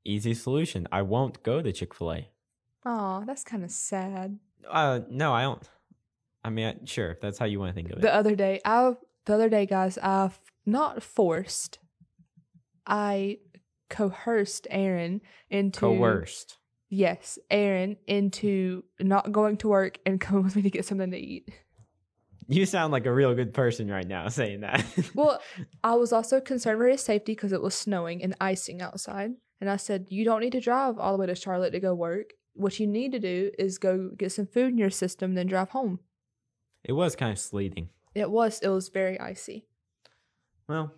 [SPEAKER 2] easy solution. I won't go to Chick-fil-A.
[SPEAKER 1] Oh, that's kind of sad.
[SPEAKER 2] Uh no, I don't. I mean, I, sure, if that's how you want to think of it.
[SPEAKER 1] The other day, I the other day, guys, I f- not forced, I coerced Aaron into
[SPEAKER 2] Coerced.
[SPEAKER 1] Yes, Aaron into not going to work and coming with me to get something to eat.
[SPEAKER 2] You sound like a real good person right now saying that.
[SPEAKER 1] Well, I was also concerned for his safety because it was snowing and icing outside. And I said, You don't need to drive all the way to Charlotte to go work. What you need to do is go get some food in your system, then drive home.
[SPEAKER 2] it was kind of sleeting.
[SPEAKER 1] It was, it was very icy.
[SPEAKER 2] Well,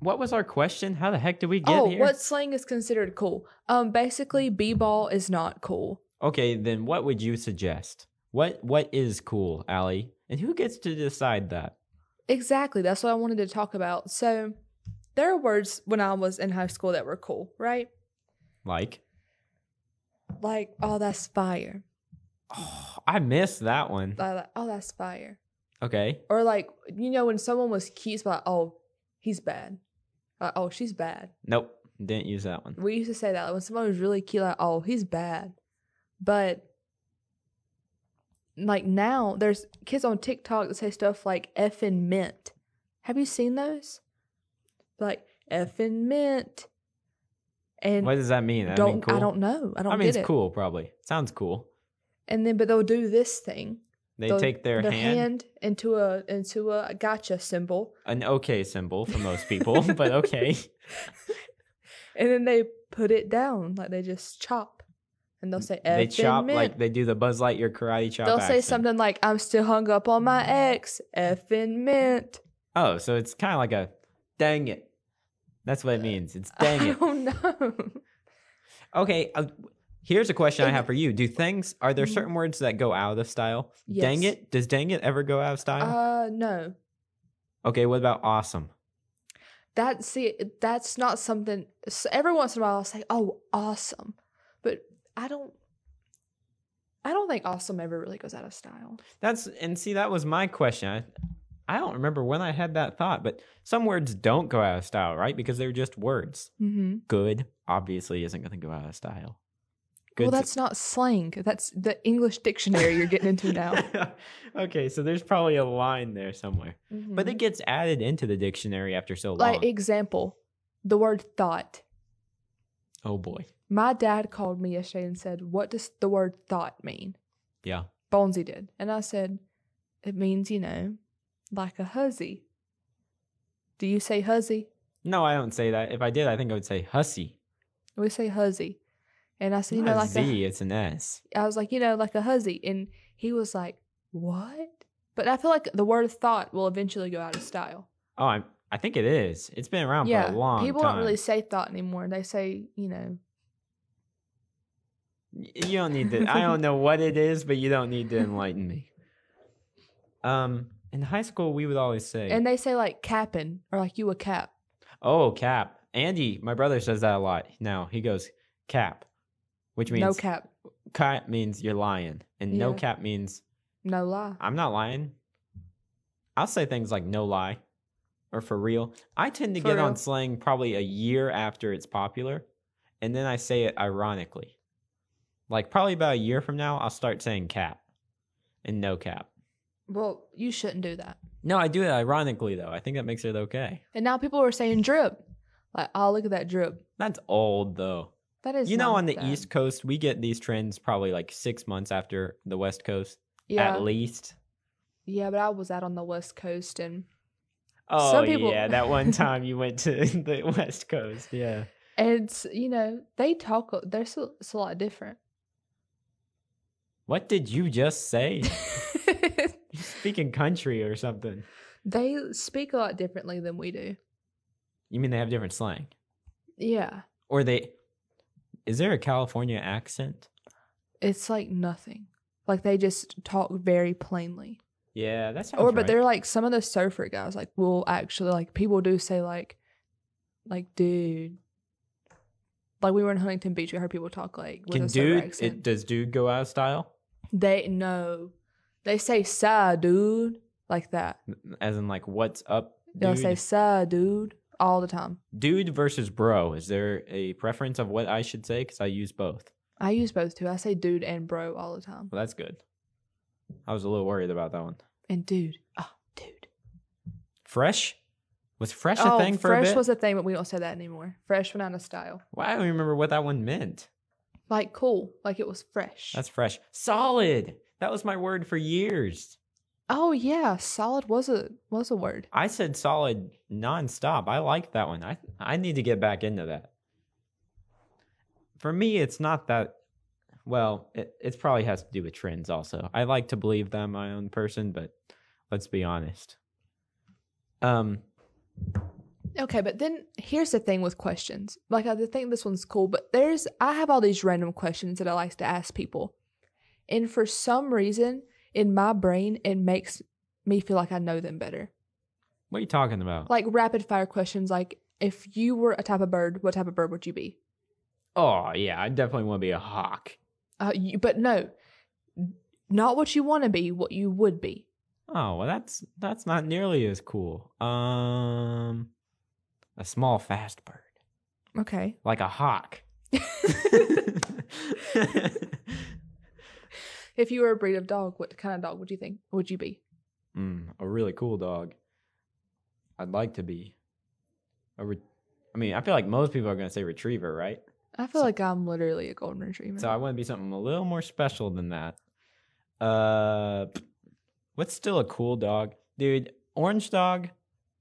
[SPEAKER 2] what was our question? How the heck did we get
[SPEAKER 1] oh,
[SPEAKER 2] here?
[SPEAKER 1] what slang is considered cool? Um, basically, b ball is not cool.
[SPEAKER 2] Okay, then what would you suggest? What what is cool, Allie? And who gets to decide that?
[SPEAKER 1] Exactly. That's what I wanted to talk about. So, there are words when I was in high school that were cool, right?
[SPEAKER 2] Like,
[SPEAKER 1] Like, oh, that's fire.
[SPEAKER 2] oh, I missed that one.
[SPEAKER 1] Like, like, oh, that's fire.
[SPEAKER 2] Okay.
[SPEAKER 1] Or like, you know, when someone was cute, it's like, oh, he's bad. Like, oh, she's bad.
[SPEAKER 2] Nope. Didn't use that one.
[SPEAKER 1] We used to say that. Like, when someone was really cute, like, oh, he's bad. But like now, there's kids on TikTok that say stuff like effing mint. Have you seen those? Like effing mint. And
[SPEAKER 2] What does that mean?
[SPEAKER 1] don't
[SPEAKER 2] I mean, cool.
[SPEAKER 1] I don't know. I don't
[SPEAKER 2] I mean,
[SPEAKER 1] get
[SPEAKER 2] it's
[SPEAKER 1] it.
[SPEAKER 2] cool. Probably sounds cool.
[SPEAKER 1] And then but they'll do this thing.
[SPEAKER 2] They
[SPEAKER 1] They'll-
[SPEAKER 2] take their, hand,
[SPEAKER 1] into a into a gotcha symbol.
[SPEAKER 2] an okay symbol for most people, but okay.
[SPEAKER 1] and then they put it down like they just chop and they'll say
[SPEAKER 2] they
[SPEAKER 1] effing
[SPEAKER 2] chop
[SPEAKER 1] mint.
[SPEAKER 2] like they do the Buzz Lightyear karate chop.
[SPEAKER 1] they'll say
[SPEAKER 2] action.
[SPEAKER 1] something like i'm still hung up on
[SPEAKER 2] Mm-hmm.
[SPEAKER 1] my ex effing mint
[SPEAKER 2] Oh, so it's kind of like a dang it. That's what it means. It's
[SPEAKER 1] i
[SPEAKER 2] dang it.
[SPEAKER 1] don't know
[SPEAKER 2] Okay, uh, here's a question I
[SPEAKER 1] It-
[SPEAKER 2] have for you. Do things are there
[SPEAKER 1] Mhm.
[SPEAKER 2] certain words that go out of style?
[SPEAKER 1] Yes.
[SPEAKER 2] Dang it, does dang it ever go out of style?
[SPEAKER 1] uh no
[SPEAKER 2] okay, what about awesome?
[SPEAKER 1] that see that's not something so every once in a while i'll say oh awesome but i don't i don't think awesome ever really goes out of style
[SPEAKER 2] That's and see that was my question. I, I don't remember when I had that thought, but some words don't go out of style, right? Because they're just words.
[SPEAKER 1] mm-hmm
[SPEAKER 2] Good obviously isn't going to go out of style.
[SPEAKER 1] well
[SPEAKER 2] Good's-
[SPEAKER 1] that's not slang that's the english dictionary you're getting into now
[SPEAKER 2] okay, so there's probably a line there somewhere. But
[SPEAKER 1] Mhm.
[SPEAKER 2] it gets added into the dictionary after so long.
[SPEAKER 1] like example the word thought
[SPEAKER 2] oh boy.
[SPEAKER 1] My dad called me yesterday and said, What does the word thought mean?
[SPEAKER 2] Yeah.
[SPEAKER 1] Bonesy did. And I said, It means, you know, like a hussy. Do you say hussy?
[SPEAKER 2] No, I don't say that. If I did, I think I would say hussy.
[SPEAKER 1] We say hussy. And I said, You
[SPEAKER 2] Not
[SPEAKER 1] know,
[SPEAKER 2] a
[SPEAKER 1] like
[SPEAKER 2] Z,
[SPEAKER 1] a,
[SPEAKER 2] it's an S.
[SPEAKER 1] I was like, You know, like a hussy. And he was like, What? But I feel like the word thought will eventually go out of style.
[SPEAKER 2] Oh, I'm, I think it is. It's been around
[SPEAKER 1] yeah.
[SPEAKER 2] for a long
[SPEAKER 1] People
[SPEAKER 2] time.
[SPEAKER 1] don't really say thought anymore. They say, You know,
[SPEAKER 2] Y- You don't need to. I don't know what it is, but you don't need to enlighten me. Um, in high school, we would always say,
[SPEAKER 1] and they say like capping or like you a cap.
[SPEAKER 2] "Oh, cap." Andy, my brother, says that a lot now. He goes, "Cap," which means
[SPEAKER 1] No cap,
[SPEAKER 2] cap means you're lying, and no
[SPEAKER 1] Yeah.
[SPEAKER 2] cap means
[SPEAKER 1] no lie.
[SPEAKER 2] I'm not lying. I'll say things like "no lie" or "for real." I tend to
[SPEAKER 1] For
[SPEAKER 2] get
[SPEAKER 1] real.
[SPEAKER 2] on slang probably a year after it's popular, and then I say it ironically. Like probably about a year from now, I'll start saying "cap" and "no cap."
[SPEAKER 1] Well, you shouldn't do that.
[SPEAKER 2] No, I do it ironically though. I think that makes it okay.
[SPEAKER 1] And now people are saying drip. Like, oh, look at that drip.
[SPEAKER 2] That's old though.
[SPEAKER 1] That is.
[SPEAKER 2] you know,
[SPEAKER 1] not
[SPEAKER 2] on the
[SPEAKER 1] that.
[SPEAKER 2] East Coast, we get these trends probably like six months after the West Coast,
[SPEAKER 1] Yeah,
[SPEAKER 2] at least.
[SPEAKER 1] yeah, but I was out on the West Coast, and
[SPEAKER 2] Oh
[SPEAKER 1] Some people-
[SPEAKER 2] yeah, that one time you went to the West Coast, yeah.
[SPEAKER 1] and it's you know they talk. They're so, it's a lot different.
[SPEAKER 2] What did you just say? You're speaking country or something.
[SPEAKER 1] they speak a lot differently than we do.
[SPEAKER 2] You mean they have different slang?
[SPEAKER 1] Yeah.
[SPEAKER 2] Or they. Is there a California accent?
[SPEAKER 1] It's like nothing. Like they just talk very plainly.
[SPEAKER 2] Yeah, that's
[SPEAKER 1] or Oh, but they're like some of those surfer guys like will actually like people do say like like dude. Like we were in Huntington Beach, we heard people talk like with
[SPEAKER 2] Can
[SPEAKER 1] a surfer
[SPEAKER 2] dude,
[SPEAKER 1] accent.
[SPEAKER 2] it, does dude go out of style?
[SPEAKER 1] they no. They say sa dude like that.
[SPEAKER 2] As in, like, what's up?
[SPEAKER 1] They'll
[SPEAKER 2] Dude?
[SPEAKER 1] say sa dude all the time.
[SPEAKER 2] dude versus bro. Is there a preference of what I should say? Because I use both.
[SPEAKER 1] I use both too. I say dude and bro all the time.
[SPEAKER 2] Well, that's good. I was a little worried about that one.
[SPEAKER 1] And dude. Oh, dude.
[SPEAKER 2] Fresh? Was fresh a
[SPEAKER 1] oh,
[SPEAKER 2] thing for
[SPEAKER 1] fresh
[SPEAKER 2] a bit?
[SPEAKER 1] was a thing, but we don't say that anymore. Fresh went out of style.
[SPEAKER 2] well, I don't remember what that one meant.
[SPEAKER 1] Like cool. Like it was fresh.
[SPEAKER 2] That's fresh. Solid. That was my word for years.
[SPEAKER 1] oh yeah. Solid was a was a word.
[SPEAKER 2] I said solid nonstop. I like that one. I I need to get back into that. For me, it's not that. Well, it, it probably has to do with trends also. I like to believe that I'm my own person, but let's be honest. Um,
[SPEAKER 1] Okay, but then here's the thing with questions. Like I think this one's cool, but there's I have all these random questions that I like to ask people. And for some reason in my brain it makes me feel like I know them better.
[SPEAKER 2] what are you talking about?
[SPEAKER 1] Like rapid fire questions like if you were a type of bird, what type of bird would you be?
[SPEAKER 2] oh yeah, I definitely want to be a hawk.
[SPEAKER 1] Uh, you, but no, not what you want to be, what you would be.
[SPEAKER 2] Oh well, that's that's not nearly as cool. Um, a small fast bird
[SPEAKER 1] Okay.
[SPEAKER 2] like a hawk.
[SPEAKER 1] If you were a breed of dog, what kind of dog would you think would you be?
[SPEAKER 2] Mm, a really cool dog. I'd like to be. A re- I mean, I feel like most people are going to say retriever, right?
[SPEAKER 1] I feel
[SPEAKER 2] So-
[SPEAKER 1] like I'm literally a golden retriever.
[SPEAKER 2] So I want to be something a little more special than that. Uh, what's still a cool dog, dude? Orange dog,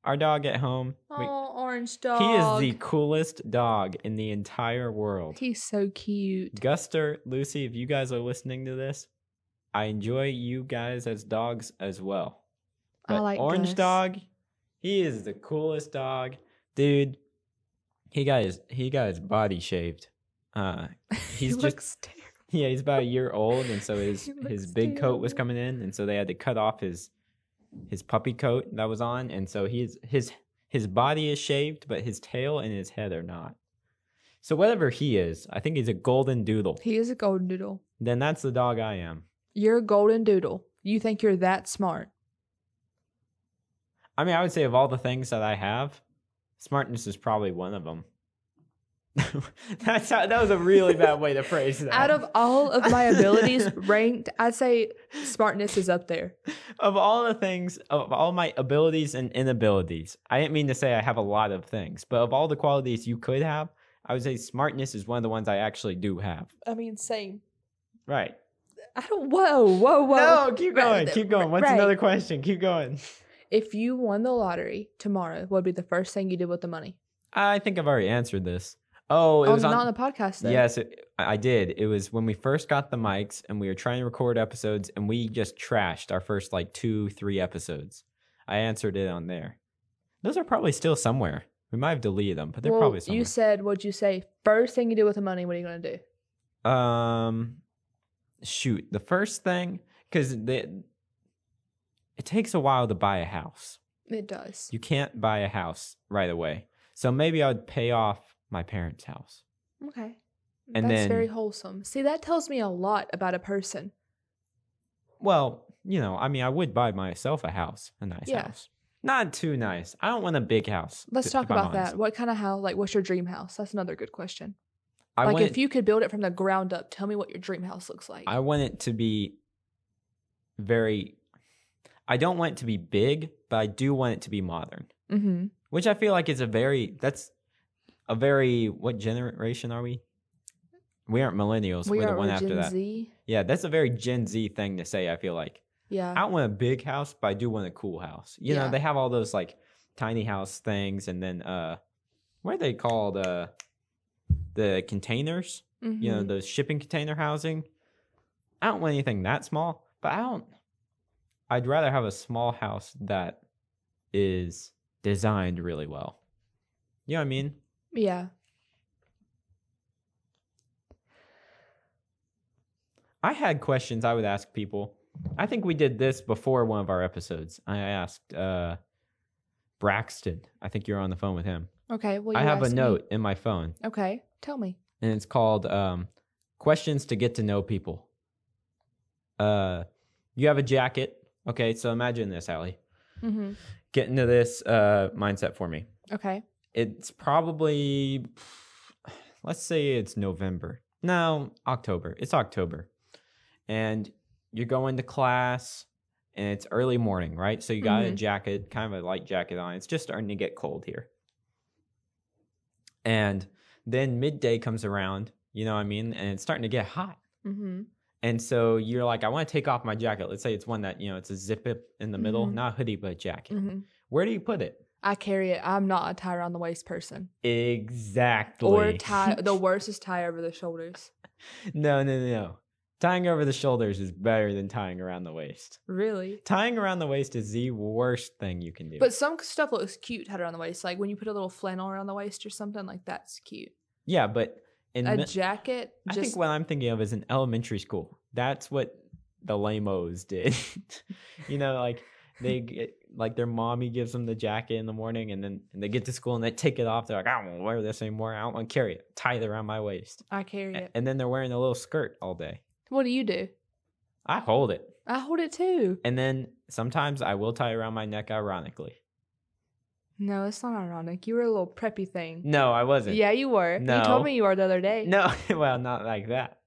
[SPEAKER 2] our dog at home. we-
[SPEAKER 1] oh, orange dog.
[SPEAKER 2] he is the coolest dog in the entire world.
[SPEAKER 1] He's so cute.
[SPEAKER 2] Guster, Lucy, if you guys are listening to this, I enjoy you guys as dogs as well.
[SPEAKER 1] I
[SPEAKER 2] But
[SPEAKER 1] like
[SPEAKER 2] Orange
[SPEAKER 1] Gus.
[SPEAKER 2] Dog. He is the coolest dog, dude. He got his he got his body shaved. Uh,
[SPEAKER 1] he
[SPEAKER 2] he's just
[SPEAKER 1] looks terrible.
[SPEAKER 2] yeah, he's about a year old, and so his
[SPEAKER 1] He
[SPEAKER 2] his
[SPEAKER 1] looks
[SPEAKER 2] big coat was
[SPEAKER 1] terrible.
[SPEAKER 2] coming in, and so they had to cut off his his puppy coat that was on, and so he's his his body is shaved, but his tail and his head are not. So whatever he is, I think he's a golden doodle.
[SPEAKER 1] He is a golden doodle.
[SPEAKER 2] Then that's the dog I am.
[SPEAKER 1] You're a golden doodle. You think you're that smart?
[SPEAKER 2] I mean, I would say of all the things that I have, smartness is probably one of them. That's how, that was a really bad way to phrase that.
[SPEAKER 1] Out of all of my abilities ranked, I'd say smartness is up there.
[SPEAKER 2] of all the things, of all my abilities and inabilities, I didn't mean to say I have a lot of things, but of all the qualities you could have, I would say smartness is one of the ones I actually do have.
[SPEAKER 1] I mean, same.
[SPEAKER 2] Right.
[SPEAKER 1] I don't. Whoa, whoa, whoa.
[SPEAKER 2] no, keep
[SPEAKER 1] Right,
[SPEAKER 2] going.
[SPEAKER 1] th-
[SPEAKER 2] Keep going. What's
[SPEAKER 1] right.
[SPEAKER 2] another question? Keep going.
[SPEAKER 1] If you won the lottery tomorrow, what would be the first thing you did with the money?
[SPEAKER 2] I think I've already answered this. Oh, it
[SPEAKER 1] Oh,
[SPEAKER 2] was on,
[SPEAKER 1] not on the podcast though.
[SPEAKER 2] Yes, it, I I did. It was when we first got the mics and we were trying to record episodes and we just trashed our first like two, three episodes. I answered it on there. Those are probably still somewhere. We might have deleted them, but they're
[SPEAKER 1] well,
[SPEAKER 2] probably somewhere.
[SPEAKER 1] you said what'd you say? First thing you do with the money, what are you gonna do?
[SPEAKER 2] um, shoot, the first thing because it takes a while to buy a house.
[SPEAKER 1] It does.
[SPEAKER 2] You can't buy a house right away. So maybe I would pay off my parents' house.
[SPEAKER 1] okay.
[SPEAKER 2] And
[SPEAKER 1] That's
[SPEAKER 2] then-
[SPEAKER 1] very wholesome. See, that tells me a lot about a person.
[SPEAKER 2] Well, you know, I mean, I would buy myself a house, a nice
[SPEAKER 1] Yeah.
[SPEAKER 2] house. Not too nice. I don't want a big house.
[SPEAKER 1] Let's
[SPEAKER 2] t-
[SPEAKER 1] talk
[SPEAKER 2] if I'm
[SPEAKER 1] about
[SPEAKER 2] honest.
[SPEAKER 1] that. What kind of house? Like, what's your dream house? That's another good question.
[SPEAKER 2] I
[SPEAKER 1] like,
[SPEAKER 2] want,
[SPEAKER 1] if you could build it from the ground up, tell me what your dream house looks like.
[SPEAKER 2] I want it to be very. I don't want it to be big, but I do want it to be modern,
[SPEAKER 1] mm-hmm.
[SPEAKER 2] which I feel like is a very. That's a very. What generation are we? We aren't millennials.
[SPEAKER 1] We
[SPEAKER 2] are
[SPEAKER 1] are
[SPEAKER 2] the one after
[SPEAKER 1] Gen
[SPEAKER 2] that.
[SPEAKER 1] Z.
[SPEAKER 2] Yeah, that's a very Gen Z thing to say. I feel like. I
[SPEAKER 1] Yeah.
[SPEAKER 2] don't want a big house, but I do want a cool house. You
[SPEAKER 1] Yeah.
[SPEAKER 2] know, they have all those like tiny house things, and then uh, what are they called? Uh, the containers. You know,
[SPEAKER 1] Mhm.
[SPEAKER 2] the shipping container housing. I don't want anything that small, but I don't. I'd rather have a small house that is designed really well. You know what I mean?
[SPEAKER 1] Yeah.
[SPEAKER 2] I had questions I would ask people. I think we did this before one of our episodes. I asked uh, Braxton. I think you're on the phone with him.
[SPEAKER 1] Okay. Well,
[SPEAKER 2] I
[SPEAKER 1] Oh, you
[SPEAKER 2] have a
[SPEAKER 1] ask me.
[SPEAKER 2] note in my phone,
[SPEAKER 1] Okay. Tell me.
[SPEAKER 2] and it's called um, "Questions to Get to Know People." Uh, you have a jacket. Okay, so imagine this, Allie.
[SPEAKER 1] Mm-hmm.
[SPEAKER 2] Get into this uh, mindset for me.
[SPEAKER 1] Okay.
[SPEAKER 2] It's probably, let's say it's November. No, October. It's October, and you're going to class, and it's early morning, right? So you got a
[SPEAKER 1] Mhm.
[SPEAKER 2] jacket, kind of a light jacket on. It's just starting to get cold here. And then midday comes around, you know what I mean? And it's starting to get hot.
[SPEAKER 1] Mm-hmm.
[SPEAKER 2] And so you're like, I want to take off my jacket. Let's say it's one that, you know, it's a zip up in the middle,
[SPEAKER 1] Mhm.
[SPEAKER 2] not a hoodie, but a jacket.
[SPEAKER 1] Mm-hmm.
[SPEAKER 2] Where do you put it?
[SPEAKER 1] I carry it. I'm not a tie around the waist person.
[SPEAKER 2] Exactly.
[SPEAKER 1] Or tie. the worst is tie over the shoulders.
[SPEAKER 2] no, no, no, no. Tying over the shoulders is better than tying around the waist.
[SPEAKER 1] Really.
[SPEAKER 2] Tying around the waist is the worst thing you can do.
[SPEAKER 1] But some stuff looks cute tied around the waist, like when you put a little flannel around the waist or something. Like that's cute.
[SPEAKER 2] yeah, but in
[SPEAKER 1] a
[SPEAKER 2] mi-
[SPEAKER 1] jacket.
[SPEAKER 2] I
[SPEAKER 1] Just
[SPEAKER 2] think what I'm thinking of is an elementary school. That's what the lamos did. you know, like they get, like their mommy gives them the jacket in the morning, and then and they get to school and they take it off. They're like, I don't want to wear this anymore. I don't want to carry it. Tie it around my waist,
[SPEAKER 1] I carry
[SPEAKER 2] A-
[SPEAKER 1] it.
[SPEAKER 2] and then they're wearing a little skirt all day.
[SPEAKER 1] What do you do?
[SPEAKER 2] I hold it,
[SPEAKER 1] I hold it too.
[SPEAKER 2] and then sometimes I will tie it around my neck. Ironically,
[SPEAKER 1] No, it's not ironic. You were a little preppy thing.
[SPEAKER 2] no, I wasn't.
[SPEAKER 1] Yeah, you were. You
[SPEAKER 2] No.
[SPEAKER 1] told me you were the other day.
[SPEAKER 2] No, well, not like that.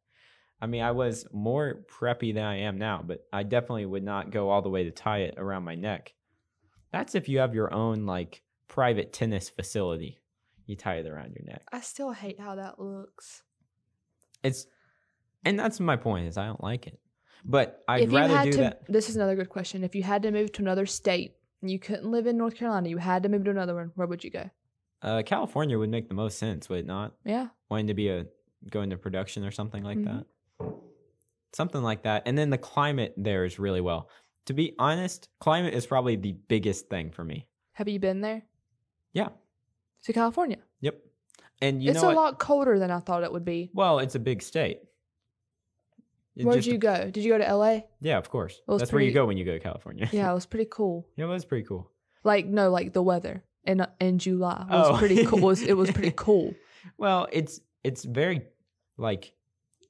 [SPEAKER 2] I mean, I was more preppy than I am now, but I definitely would not go all the way to tie it around my neck. That's if you have your own like private tennis facility. You tie it around your neck.
[SPEAKER 1] I still hate how that looks.
[SPEAKER 2] It's and that's my point is I don't like it. But I'd
[SPEAKER 1] if you
[SPEAKER 2] rather
[SPEAKER 1] had
[SPEAKER 2] do
[SPEAKER 1] to,
[SPEAKER 2] that.
[SPEAKER 1] this is another good question. If you had to move to another state, and you couldn't live in North Carolina. You had to move to another one. Where would you go?
[SPEAKER 2] Uh, California would make the most sense, would it not?
[SPEAKER 1] Yeah,
[SPEAKER 2] wanting to be a go into production or something like
[SPEAKER 1] Mhm.
[SPEAKER 2] that. Something like that. And then the climate there is really well. To be honest, climate is probably the biggest thing for me.
[SPEAKER 1] have you been there?
[SPEAKER 2] Yeah.
[SPEAKER 1] to California.
[SPEAKER 2] Yep. And you
[SPEAKER 1] it's a
[SPEAKER 2] know what?
[SPEAKER 1] lot colder than I thought it would be.
[SPEAKER 2] Well, it's a big state. It
[SPEAKER 1] Where'd
[SPEAKER 2] just-
[SPEAKER 1] you go? Did you go to L.A.?
[SPEAKER 2] Yeah, of course.
[SPEAKER 1] Well, it's
[SPEAKER 2] That's where you
[SPEAKER 1] pretty-
[SPEAKER 2] go when you go to California.
[SPEAKER 1] Yeah, it was pretty cool.
[SPEAKER 2] it was pretty cool.
[SPEAKER 1] Like no, like the weather in uh, in July was
[SPEAKER 2] Oh.
[SPEAKER 1] pretty cool. Was it was pretty cool.
[SPEAKER 2] Well, it's it's very like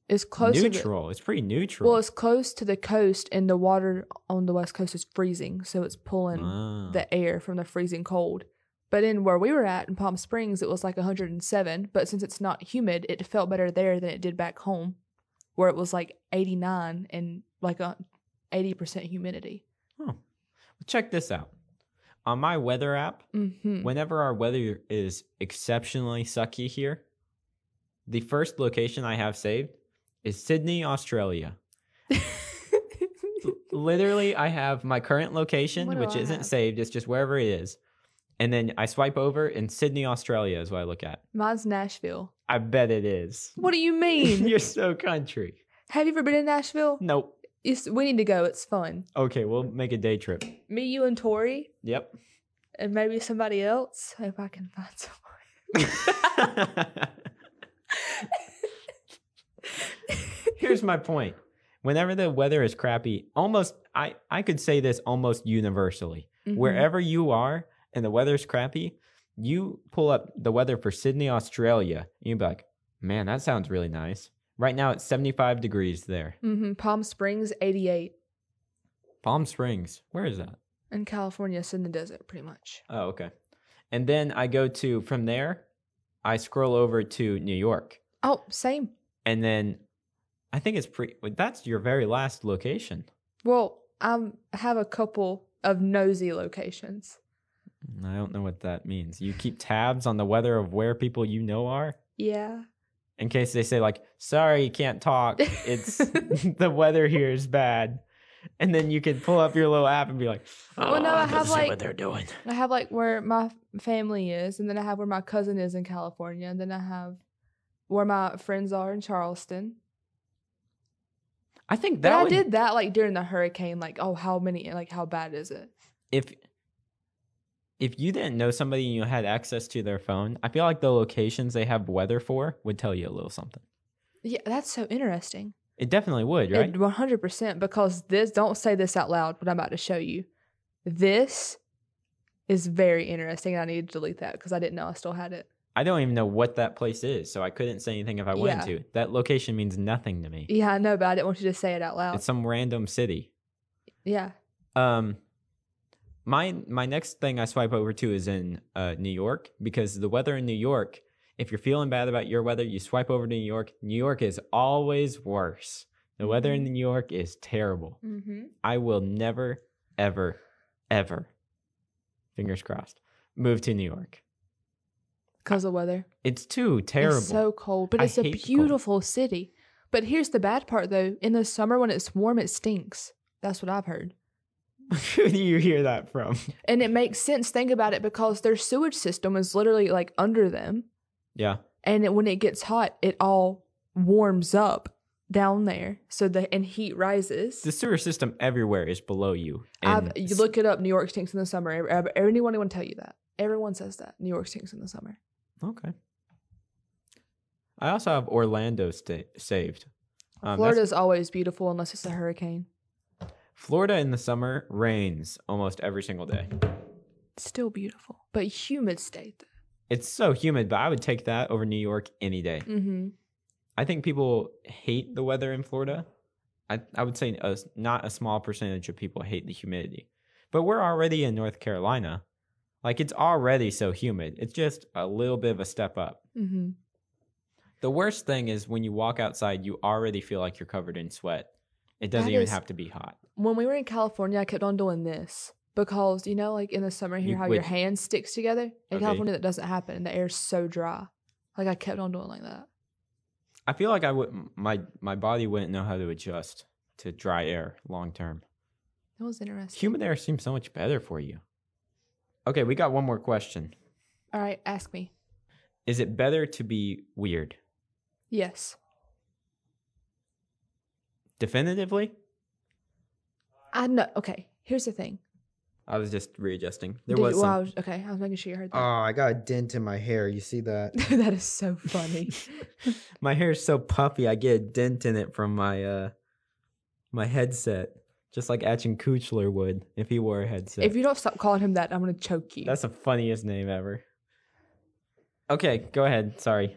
[SPEAKER 1] It's close. to the-
[SPEAKER 2] neutral. It's pretty neutral.
[SPEAKER 1] well, it's close to the coast, and the water on the west coast is freezing, so it's pulling
[SPEAKER 2] Ah.
[SPEAKER 1] the air from the freezing cold. But in where we were at in Palm Springs, it was like 107. But since it's not humid, it felt better there than it did back home, where it was like 89 and like a 80% humidity.
[SPEAKER 2] Check this out. On my weather app,
[SPEAKER 1] hmm
[SPEAKER 2] whenever our weather is exceptionally sucky here, the first location I have saved is Sydney, Australia. Literally, I have my current
[SPEAKER 1] What
[SPEAKER 2] location,
[SPEAKER 1] do
[SPEAKER 2] which
[SPEAKER 1] I
[SPEAKER 2] isn't
[SPEAKER 1] have?
[SPEAKER 2] saved, it's just wherever it is. And then I swipe over, and Sydney, Australia is what I look at.
[SPEAKER 1] Mine's Nashville.
[SPEAKER 2] I bet it is.
[SPEAKER 1] What do you mean?
[SPEAKER 2] You're so country.
[SPEAKER 1] Have you ever been in Nashville?
[SPEAKER 2] Nope.
[SPEAKER 1] It's, we need to go. It's fun.
[SPEAKER 2] Okay, we'll make a day trip.
[SPEAKER 1] Me, you, and Tori,
[SPEAKER 2] Yep.
[SPEAKER 1] and maybe somebody else, if I can find someone.
[SPEAKER 2] Here's my point. Whenever the weather is crappy, almost I, I could say this almost universally.
[SPEAKER 1] Mhm.
[SPEAKER 2] Wherever you are and the weather's crappy, you pull up the weather for Sydney, Australia, and you'd be like, Man, that sounds really nice. Right now it's seventy five degrees there.
[SPEAKER 1] Mhm. Palm Springs, 88.
[SPEAKER 2] Palm Springs. Where is that?
[SPEAKER 1] In California, it's in the desert, pretty much.
[SPEAKER 2] Oh, okay. And then I go to from there, I scroll over to New York.
[SPEAKER 1] Oh, same.
[SPEAKER 2] And then I think it's pretty that's your very last location.
[SPEAKER 1] Well, I have a couple of nosy locations.
[SPEAKER 2] I don't know what that means. You keep tabs on the weather of where people you know are
[SPEAKER 1] Yeah.
[SPEAKER 2] in case they say like, "Sorry, you can't talk. It's the weather here is bad." And then you can pull up your little app and be like, "Oh,
[SPEAKER 1] Well, no, I
[SPEAKER 2] this
[SPEAKER 1] have,
[SPEAKER 2] is what
[SPEAKER 1] like-
[SPEAKER 2] they're doing."
[SPEAKER 1] I have like where my family is, and then I have where my cousin is in California, and then I have where my friends are in Charleston.
[SPEAKER 2] I think
[SPEAKER 1] But
[SPEAKER 2] that
[SPEAKER 1] I
[SPEAKER 2] would,
[SPEAKER 1] did that like during the hurricane. Like, oh, how many? Like, how bad is it?
[SPEAKER 2] if if you didn't know somebody and you had access to their phone, I feel like the locations they have weather for would tell you a little something.
[SPEAKER 1] Yeah, that's so interesting.
[SPEAKER 2] It definitely would, right?
[SPEAKER 1] It 100% because this, don't say this out loud, what I'm about to show you. This is very interesting. and I need to delete that because I didn't know I still had it.
[SPEAKER 2] I don't even know what that place is, so I couldn't say anything if I wanted to. That location means nothing to me.
[SPEAKER 1] Yeah, I know, but I didn't want you to say it out loud.
[SPEAKER 2] It's some random city.
[SPEAKER 1] yeah.
[SPEAKER 2] Um, my my next thing I swipe over to is in uh, New York because the weather in New York. If you're feeling bad about your weather, you swipe over to New York. New York is always worse. The weather in
[SPEAKER 1] Mhm.
[SPEAKER 2] New York is terrible.
[SPEAKER 1] Mm-hmm.
[SPEAKER 2] I will never, ever, ever, fingers crossed, move to New York.
[SPEAKER 1] Because of weather.
[SPEAKER 2] It's too terrible.
[SPEAKER 1] It's so cold, but
[SPEAKER 2] I
[SPEAKER 1] it's a
[SPEAKER 2] hate the cold.
[SPEAKER 1] beautiful city. But here's the bad part though. In the summer when it's warm, it stinks. That's what I've heard.
[SPEAKER 2] Who do you hear that from?
[SPEAKER 1] And it makes sense. Think about it because their sewage system is literally like under them.
[SPEAKER 2] Yeah.
[SPEAKER 1] And it, when it gets hot, it all warms up down there. So the and heat rises.
[SPEAKER 2] The sewer system everywhere is below you.
[SPEAKER 1] I've,
[SPEAKER 2] and
[SPEAKER 1] you look it up. New York stinks in the summer. Ev- ev- Anyone will tell you that. Everyone says that. New York stinks in the summer.
[SPEAKER 2] Okay. I also have Orlando sta- saved. Um, that's-
[SPEAKER 1] Florida's always beautiful unless it's a hurricane.
[SPEAKER 2] Florida in the summer rains almost every single day.
[SPEAKER 1] It's still beautiful, but humid state.
[SPEAKER 2] It's so humid, but I would take that over New York any day.
[SPEAKER 1] Mm-hmm.
[SPEAKER 2] I think people hate the weather in Florida. I, I would say a, not a small percentage of people hate the humidity. But we're already in North Carolina. Like it's already so humid. It's just a little bit of a step up.
[SPEAKER 1] Mm-hmm.
[SPEAKER 2] The worst thing is when you walk outside, you already feel like you're covered in sweat. It doesn't
[SPEAKER 1] That
[SPEAKER 2] even
[SPEAKER 1] is-
[SPEAKER 2] have to be hot.
[SPEAKER 1] when we were in California, I kept on doing this because you know, like in the summer here,
[SPEAKER 2] You-
[SPEAKER 1] how
[SPEAKER 2] wait.
[SPEAKER 1] your hand sticks together. In
[SPEAKER 2] Okay.
[SPEAKER 1] California, that doesn't happen. The air's so dry. Like I kept on doing like that.
[SPEAKER 2] I feel like I would my my body wouldn't know how to adjust to dry air long term.
[SPEAKER 1] It was interesting.
[SPEAKER 2] Humid air seems so much better for you. Okay, we got one more question.
[SPEAKER 1] All right, ask me.
[SPEAKER 2] Is it better to be weird?
[SPEAKER 1] Yes,
[SPEAKER 2] Definitively?
[SPEAKER 1] I know. Okay, here's the thing.
[SPEAKER 2] I was just readjusting. There
[SPEAKER 1] Did-
[SPEAKER 2] was
[SPEAKER 1] well,
[SPEAKER 2] some.
[SPEAKER 1] I was, okay. I was making sure you heard
[SPEAKER 3] Oh,
[SPEAKER 1] that.
[SPEAKER 3] I got a dent in my hair. You see that?
[SPEAKER 2] Uh,
[SPEAKER 1] that is so funny.
[SPEAKER 2] my hair is so puffy. I get a dent in it from my uh my headset, just like Achin Kuchler would if he wore a headset.
[SPEAKER 1] if you don't stop calling him that, I'm gonna choke you.
[SPEAKER 2] That's the funniest name ever. Okay, go ahead. Sorry.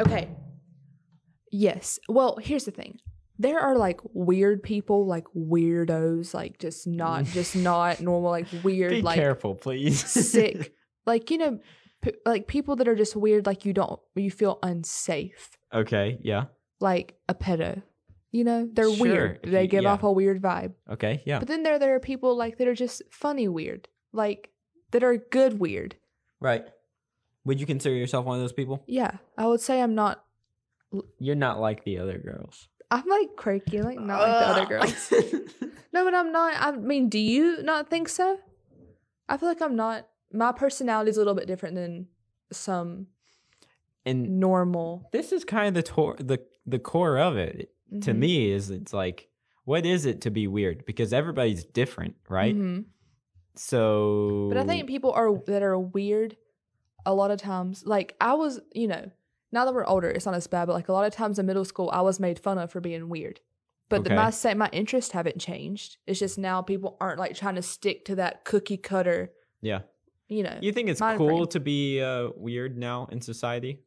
[SPEAKER 1] Okay. Yes. Well, here's the thing. There are like weird people, like weirdos, like just not, just not normal, like weird,
[SPEAKER 2] Mm. Be
[SPEAKER 1] like
[SPEAKER 2] careful, please.
[SPEAKER 1] sick like you know p- like people that are just weird like you don't you feel unsafe
[SPEAKER 2] Okay, yeah.
[SPEAKER 1] like a pedo you know they're
[SPEAKER 2] Sure,
[SPEAKER 1] weird
[SPEAKER 2] if
[SPEAKER 1] they
[SPEAKER 2] you-
[SPEAKER 1] give
[SPEAKER 2] yeah.
[SPEAKER 1] off a weird vibe
[SPEAKER 2] Okay, yeah.
[SPEAKER 1] but then there there are people like that are just funny weird like that are good weird
[SPEAKER 2] right. Would you consider yourself one of those people?
[SPEAKER 1] yeah i would say i'm not
[SPEAKER 2] You're not like the other girls.
[SPEAKER 1] i'm like quirky like not like the other girls
[SPEAKER 2] girls.
[SPEAKER 1] no but i'm not i mean do you not think so i feel like i'm not my personality's a little bit different than some
[SPEAKER 2] and
[SPEAKER 1] normal
[SPEAKER 2] this is kind of the tor- the the core of it to
[SPEAKER 1] Mhm.
[SPEAKER 2] me is it's like what is it to be weird because everybody's different, right?
[SPEAKER 1] Mhm.
[SPEAKER 2] So
[SPEAKER 1] But I think people are that are weird a lot of times. Like I was, you know, now that we're older, it's not as bad, but like a lot of times in middle school I was made fun of for being weird. But the,
[SPEAKER 2] Okay.
[SPEAKER 1] my set my interests haven't changed. It's just now people aren't like trying to stick to that cookie cutter,
[SPEAKER 2] yeah.
[SPEAKER 1] you know.
[SPEAKER 2] You think it's
[SPEAKER 1] Mind frame.
[SPEAKER 2] cool to be uh, weird now in society?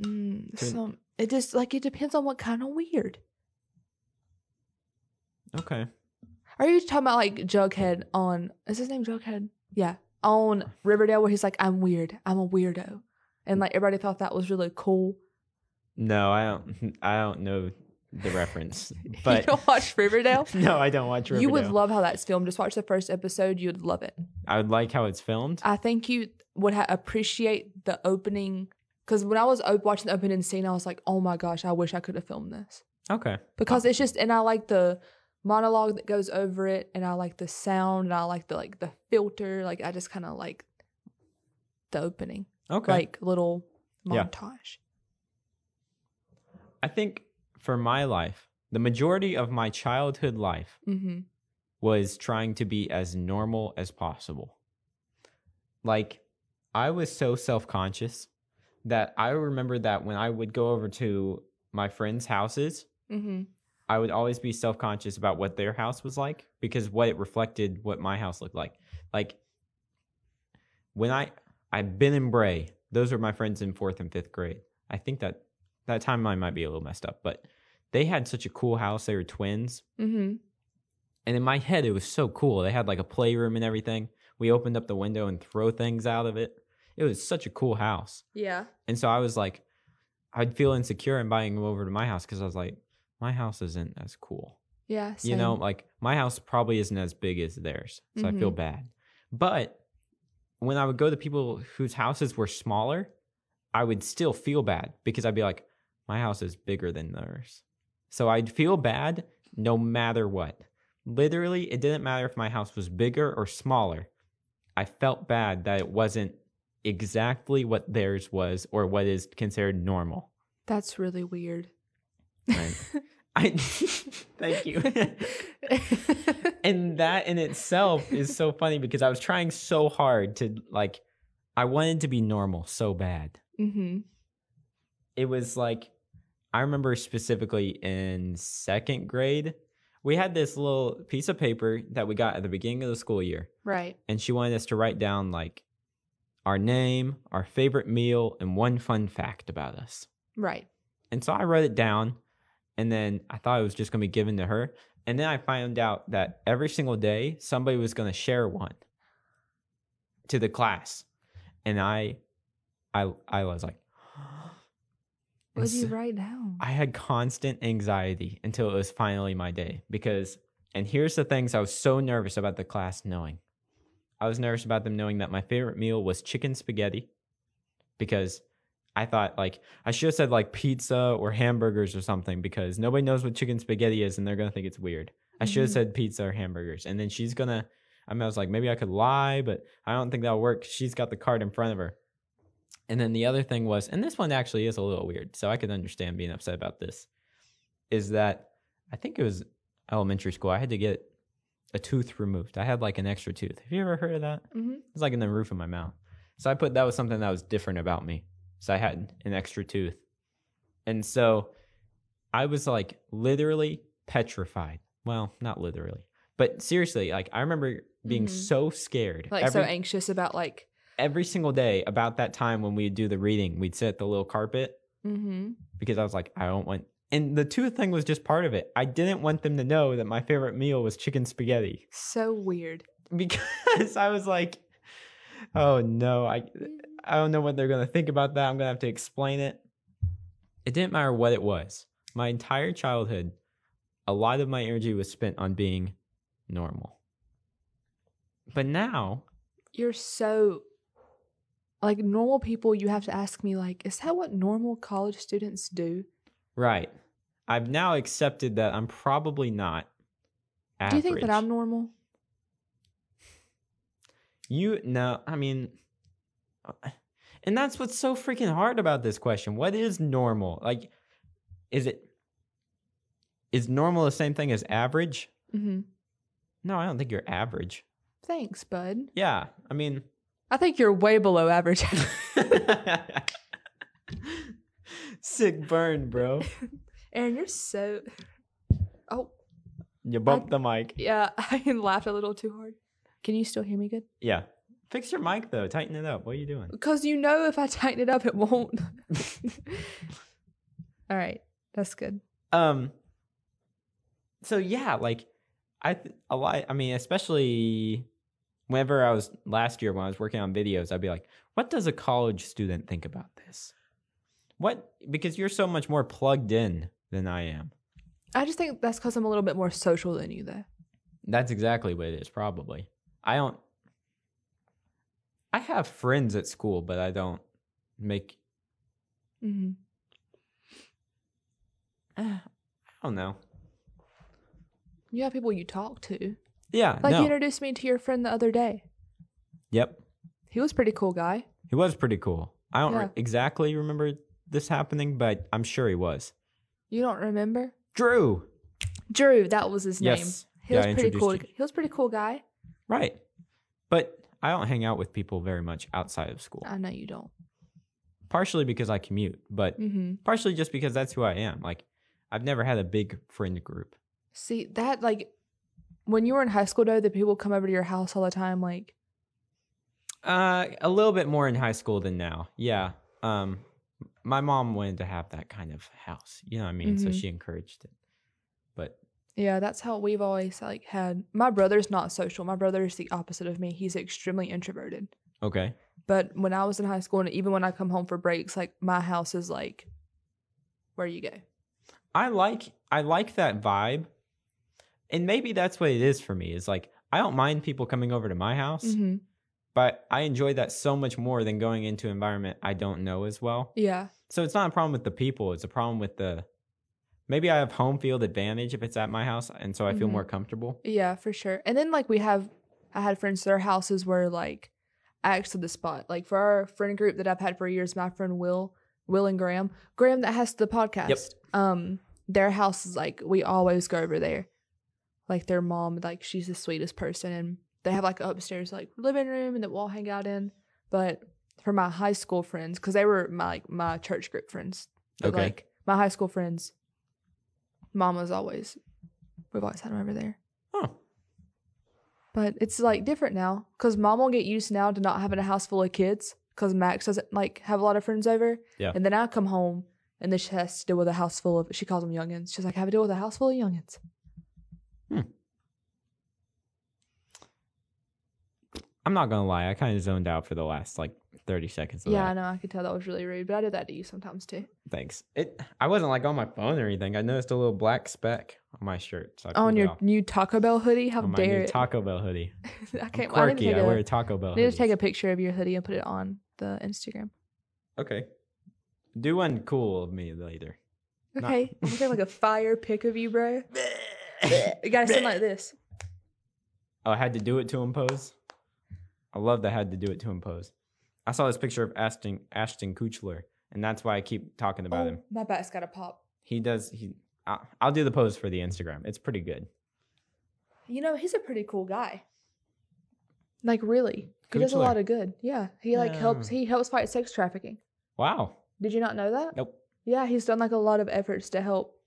[SPEAKER 1] Mm,
[SPEAKER 2] Can-
[SPEAKER 1] some it just like it depends on what kind of weird.
[SPEAKER 2] Okay.
[SPEAKER 1] Are you talking about like Jughead on is his name Jughead? Yeah. On Riverdale where he's like, I'm weird. I'm a weirdo. And like everybody thought that was really cool.
[SPEAKER 2] No, I don't I don't know the reference.
[SPEAKER 1] you
[SPEAKER 2] But
[SPEAKER 1] don't watch Riverdale?
[SPEAKER 2] no, I don't watch Riverdale.
[SPEAKER 1] You would love how that's filmed. Just watch the first episode. You'd love it.
[SPEAKER 2] I would like how it's filmed.
[SPEAKER 1] I think you would ha- appreciate the opening. Because when I was op- watching the opening scene, I was like, oh my gosh, I wish I could have filmed this.
[SPEAKER 2] Okay.
[SPEAKER 1] Because it's just, and I like the monologue that goes over it, and I like the sound, and I like the like the filter. Like I just kind of like the opening,
[SPEAKER 2] Okay.
[SPEAKER 1] like little
[SPEAKER 2] Yeah.
[SPEAKER 1] montage.
[SPEAKER 2] I think for my life, the majority of my childhood life
[SPEAKER 1] Mm-hmm.
[SPEAKER 2] was trying to be as normal as possible. Like, I was so self conscious that I remember that when I would go over to my friends' houses,
[SPEAKER 1] Mm-hmm.
[SPEAKER 2] I would always be self conscious about what their house was like because what it reflected what my house looked like. Like, when I, I've been in Bray, those were my friends in fourth and fifth grade. I think that that timeline might be a little messed up, but they had such a cool house. They were twins.
[SPEAKER 1] Mm-hmm.
[SPEAKER 2] And in my head, it was so cool. They had like a playroom and everything. We opened up the window and throw things out of it. It was such a cool house.
[SPEAKER 1] Yeah.
[SPEAKER 2] And so I was like, I'd feel insecure inviting them over to my house because I was like, my house isn't as cool.
[SPEAKER 1] Yeah.
[SPEAKER 2] You
[SPEAKER 1] same.
[SPEAKER 2] know, like my house probably isn't as big as theirs. So I
[SPEAKER 1] Mm-hmm.
[SPEAKER 2] feel bad. But when I would go to people whose houses were smaller, I would still feel bad because I'd be like, my house is bigger than theirs. So I'd feel bad no matter what. Literally, it didn't matter if my house was bigger or smaller. I felt bad that it wasn't exactly what theirs was or what is considered normal.
[SPEAKER 1] That's really weird.
[SPEAKER 2] Right. I thank you. and that in itself is so funny because I was trying so hard to like I wanted to be normal so bad.
[SPEAKER 1] mm-hmm.
[SPEAKER 2] It was like I remember specifically in second grade, we had this little piece of paper that we got at the beginning of the school year,
[SPEAKER 1] Right.
[SPEAKER 2] and she wanted us to write down like our name, our favorite meal, and one fun fact about us.
[SPEAKER 1] Right.
[SPEAKER 2] And so I wrote it down, and then I thought it was just going to be given to her. And then I found out that every single day somebody was going to share one to the class, and I, I, I was like,
[SPEAKER 1] What
[SPEAKER 2] And
[SPEAKER 1] did you
[SPEAKER 2] so
[SPEAKER 1] write down?
[SPEAKER 2] I had constant anxiety until it was finally my day because, and here's the things I was so nervous about the class knowing. I was nervous about them knowing that my favorite meal was chicken spaghetti because I thought, like, I should have said, like, pizza or hamburgers or something because nobody knows what chicken spaghetti is and they're going to think it's weird. I should have
[SPEAKER 1] Mhm.
[SPEAKER 2] said pizza or hamburgers. And then she's going to, I mean, I was like, maybe I could lie, but I don't think that'll work. She's got the card in front of her. And then the other thing was, and this one actually is a little weird, so I could understand being upset about this, is that I think it was elementary school. I had to get a tooth removed. I had like an extra tooth. Have you ever heard of that?
[SPEAKER 1] mm-hmm.
[SPEAKER 2] It's like in the roof of my mouth. So I put that was something that was different about me. So I had an extra tooth. And so I was like literally petrified. Well, not literally, but seriously, like I remember being
[SPEAKER 1] Mhm.
[SPEAKER 2] so scared.
[SPEAKER 1] Like so
[SPEAKER 2] Every-
[SPEAKER 1] anxious about like.
[SPEAKER 2] every single day about that time when we'd do the reading, we'd sit at the little carpet
[SPEAKER 1] Mm-hmm.
[SPEAKER 2] because I was like, I don't want. And the tooth thing was just part of it. I didn't want them to know that my favorite meal was chicken spaghetti
[SPEAKER 1] So weird.
[SPEAKER 2] because I was like, oh no, I, I don't know what they're going to think about that. I'm going to have to explain it. It didn't matter what it was. My entire childhood, a lot of my energy was spent on being normal. But now,
[SPEAKER 1] You're so. Like normal people, you have to ask me like, is that what normal college students do?
[SPEAKER 2] Right. I've now accepted that I'm probably not. Average.
[SPEAKER 1] Do you think that I'm normal?
[SPEAKER 2] You no, I mean, and that's what's so freaking hard about this question. What is normal? Like, is it is normal the same thing as average?
[SPEAKER 1] Mm-hmm.
[SPEAKER 2] No, I don't think you're average.
[SPEAKER 1] Thanks, bud.
[SPEAKER 2] Yeah, I mean,
[SPEAKER 1] I think you're way below average.
[SPEAKER 2] sick burn, bro.
[SPEAKER 1] Aaron, you're so. Oh,
[SPEAKER 2] You bumped the mic.
[SPEAKER 1] yeah. I laughed a little too hard. Can you still hear me good?
[SPEAKER 2] Yeah, fix your mic though. Tighten it up. What are you doing?
[SPEAKER 1] Because you know if I tighten it up, it won't. All right. That's good.
[SPEAKER 2] um so yeah like i th- a lot i mean especially whenever i was last year when i was working on videos i'd be like what does a college student think about this what because you're so much more plugged in than i am
[SPEAKER 1] I just think that's because I'm a little bit more social than you, though.
[SPEAKER 2] that's exactly what it is probably i don't i have friends at school but i don't make
[SPEAKER 1] Mm-hmm.
[SPEAKER 2] i don't know
[SPEAKER 1] You have people you talk to.
[SPEAKER 2] yeah
[SPEAKER 1] Like
[SPEAKER 2] no.
[SPEAKER 1] you introduced me to your friend the other day.
[SPEAKER 2] yep
[SPEAKER 1] He was a pretty cool guy.
[SPEAKER 2] He was pretty cool. I don't re-
[SPEAKER 1] Yeah.
[SPEAKER 2] exactly remember this happening, but I'm sure he was.
[SPEAKER 1] You don't remember?
[SPEAKER 2] Drew.
[SPEAKER 1] Drew, that was his
[SPEAKER 2] Yes.
[SPEAKER 1] name. He
[SPEAKER 2] Yeah,
[SPEAKER 1] was
[SPEAKER 2] I
[SPEAKER 1] pretty
[SPEAKER 2] introduced
[SPEAKER 1] cool.
[SPEAKER 2] you.
[SPEAKER 1] He was a pretty cool guy.
[SPEAKER 2] Right. But I don't hang out with people very much outside of school.
[SPEAKER 1] I know you don't.
[SPEAKER 2] Partially because I commute, but
[SPEAKER 1] hmm
[SPEAKER 2] partially just because that's who I am. Like I've never had a big friend group.
[SPEAKER 1] See that like when you were in high school though, the people come over to your house all the time. Like
[SPEAKER 2] Uh a little bit more in high school than now. Yeah. Um my mom wanted to have that kind of house. You know what I mean? So
[SPEAKER 1] Mhm.
[SPEAKER 2] she encouraged it. But
[SPEAKER 1] yeah, that's how we've always like had. My brother's not social. My brother's the opposite of me. He's extremely introverted.
[SPEAKER 2] okay.
[SPEAKER 1] But when I was in high school, and even when I come home for breaks, like my house is like where you go.
[SPEAKER 2] I like I like that vibe. And maybe that's what it is for me. Is like I don't mind people coming over to my house,
[SPEAKER 1] hmm
[SPEAKER 2] but I enjoy that so much more than going into an environment I don't know as well.
[SPEAKER 1] Yeah,
[SPEAKER 2] So it's not a problem with the people, it's a problem with the maybe I have home field advantage if it's at my house and so I feel
[SPEAKER 1] Mhm.
[SPEAKER 2] more comfortable.
[SPEAKER 1] yeah, for sure. And then like we have, I had friends. Their houses were like acts of the spot. Like for our friend group that I've had for years, my friend Will, Will and Graham, Graham that has the podcast. Um, their house is like we always go over there. Like their mom, like she's the sweetest person, and they have like a upstairs like living room and that we'll all hang out in. But for my high school friends, because they were my like my church group friends, but
[SPEAKER 2] Okay.
[SPEAKER 1] like my high school friends, mama's always we've always had them over there.
[SPEAKER 2] Oh.
[SPEAKER 1] But it's like different now because mom will get used now to not having a house full of kids because Max doesn't like have a lot of friends over.
[SPEAKER 2] Yeah.
[SPEAKER 1] And then I come home and then she has to deal with a house full of, she calls them youngins. She's like, I have to deal with a house full of youngins.
[SPEAKER 2] I'm not gonna lie, I kinda zoned out for the last like thirty seconds of
[SPEAKER 1] yeah, I
[SPEAKER 2] that.
[SPEAKER 1] know. I could tell that was really rude, but I do that to you sometimes too.
[SPEAKER 2] Thanks. It I wasn't like on my phone or anything. I noticed a little black speck on my shirt. So I
[SPEAKER 1] on
[SPEAKER 2] pulled it
[SPEAKER 1] your
[SPEAKER 2] off.
[SPEAKER 1] new Taco Bell hoodie? How
[SPEAKER 2] on my
[SPEAKER 1] dare
[SPEAKER 2] new
[SPEAKER 1] it?
[SPEAKER 2] Taco Bell hoodie.
[SPEAKER 1] I
[SPEAKER 2] I'm
[SPEAKER 1] can't. I need to
[SPEAKER 2] quirky.
[SPEAKER 1] take
[SPEAKER 2] I
[SPEAKER 1] a-
[SPEAKER 2] wear Taco Bell.
[SPEAKER 1] I need to take
[SPEAKER 2] hoodies.
[SPEAKER 1] a picture of your hoodie and put it on the Instagram.
[SPEAKER 2] Okay. Do one cool of me later. Not-
[SPEAKER 1] Okay, I'm gonna take like a fire pic of you, bro. You gotta stand like this.
[SPEAKER 2] oh, I had to do it to impose. I love that I had to do it to impose. I saw this picture of Ashton Ashton Kutcher, and that's why I keep talking about him.
[SPEAKER 1] Oh, my back's gotta pop.
[SPEAKER 2] He does. He. I, I'll do the pose for the Instagram. It's pretty good.
[SPEAKER 1] You know, he's a pretty cool guy. Like really, he does a
[SPEAKER 2] Koechler.
[SPEAKER 1] lot of good. Yeah, he like helps.
[SPEAKER 2] Yeah.
[SPEAKER 1] He helps fight sex trafficking.
[SPEAKER 2] Wow.
[SPEAKER 1] Did you not know that?
[SPEAKER 2] Nope.
[SPEAKER 1] Yeah, he's done like a lot of efforts to help.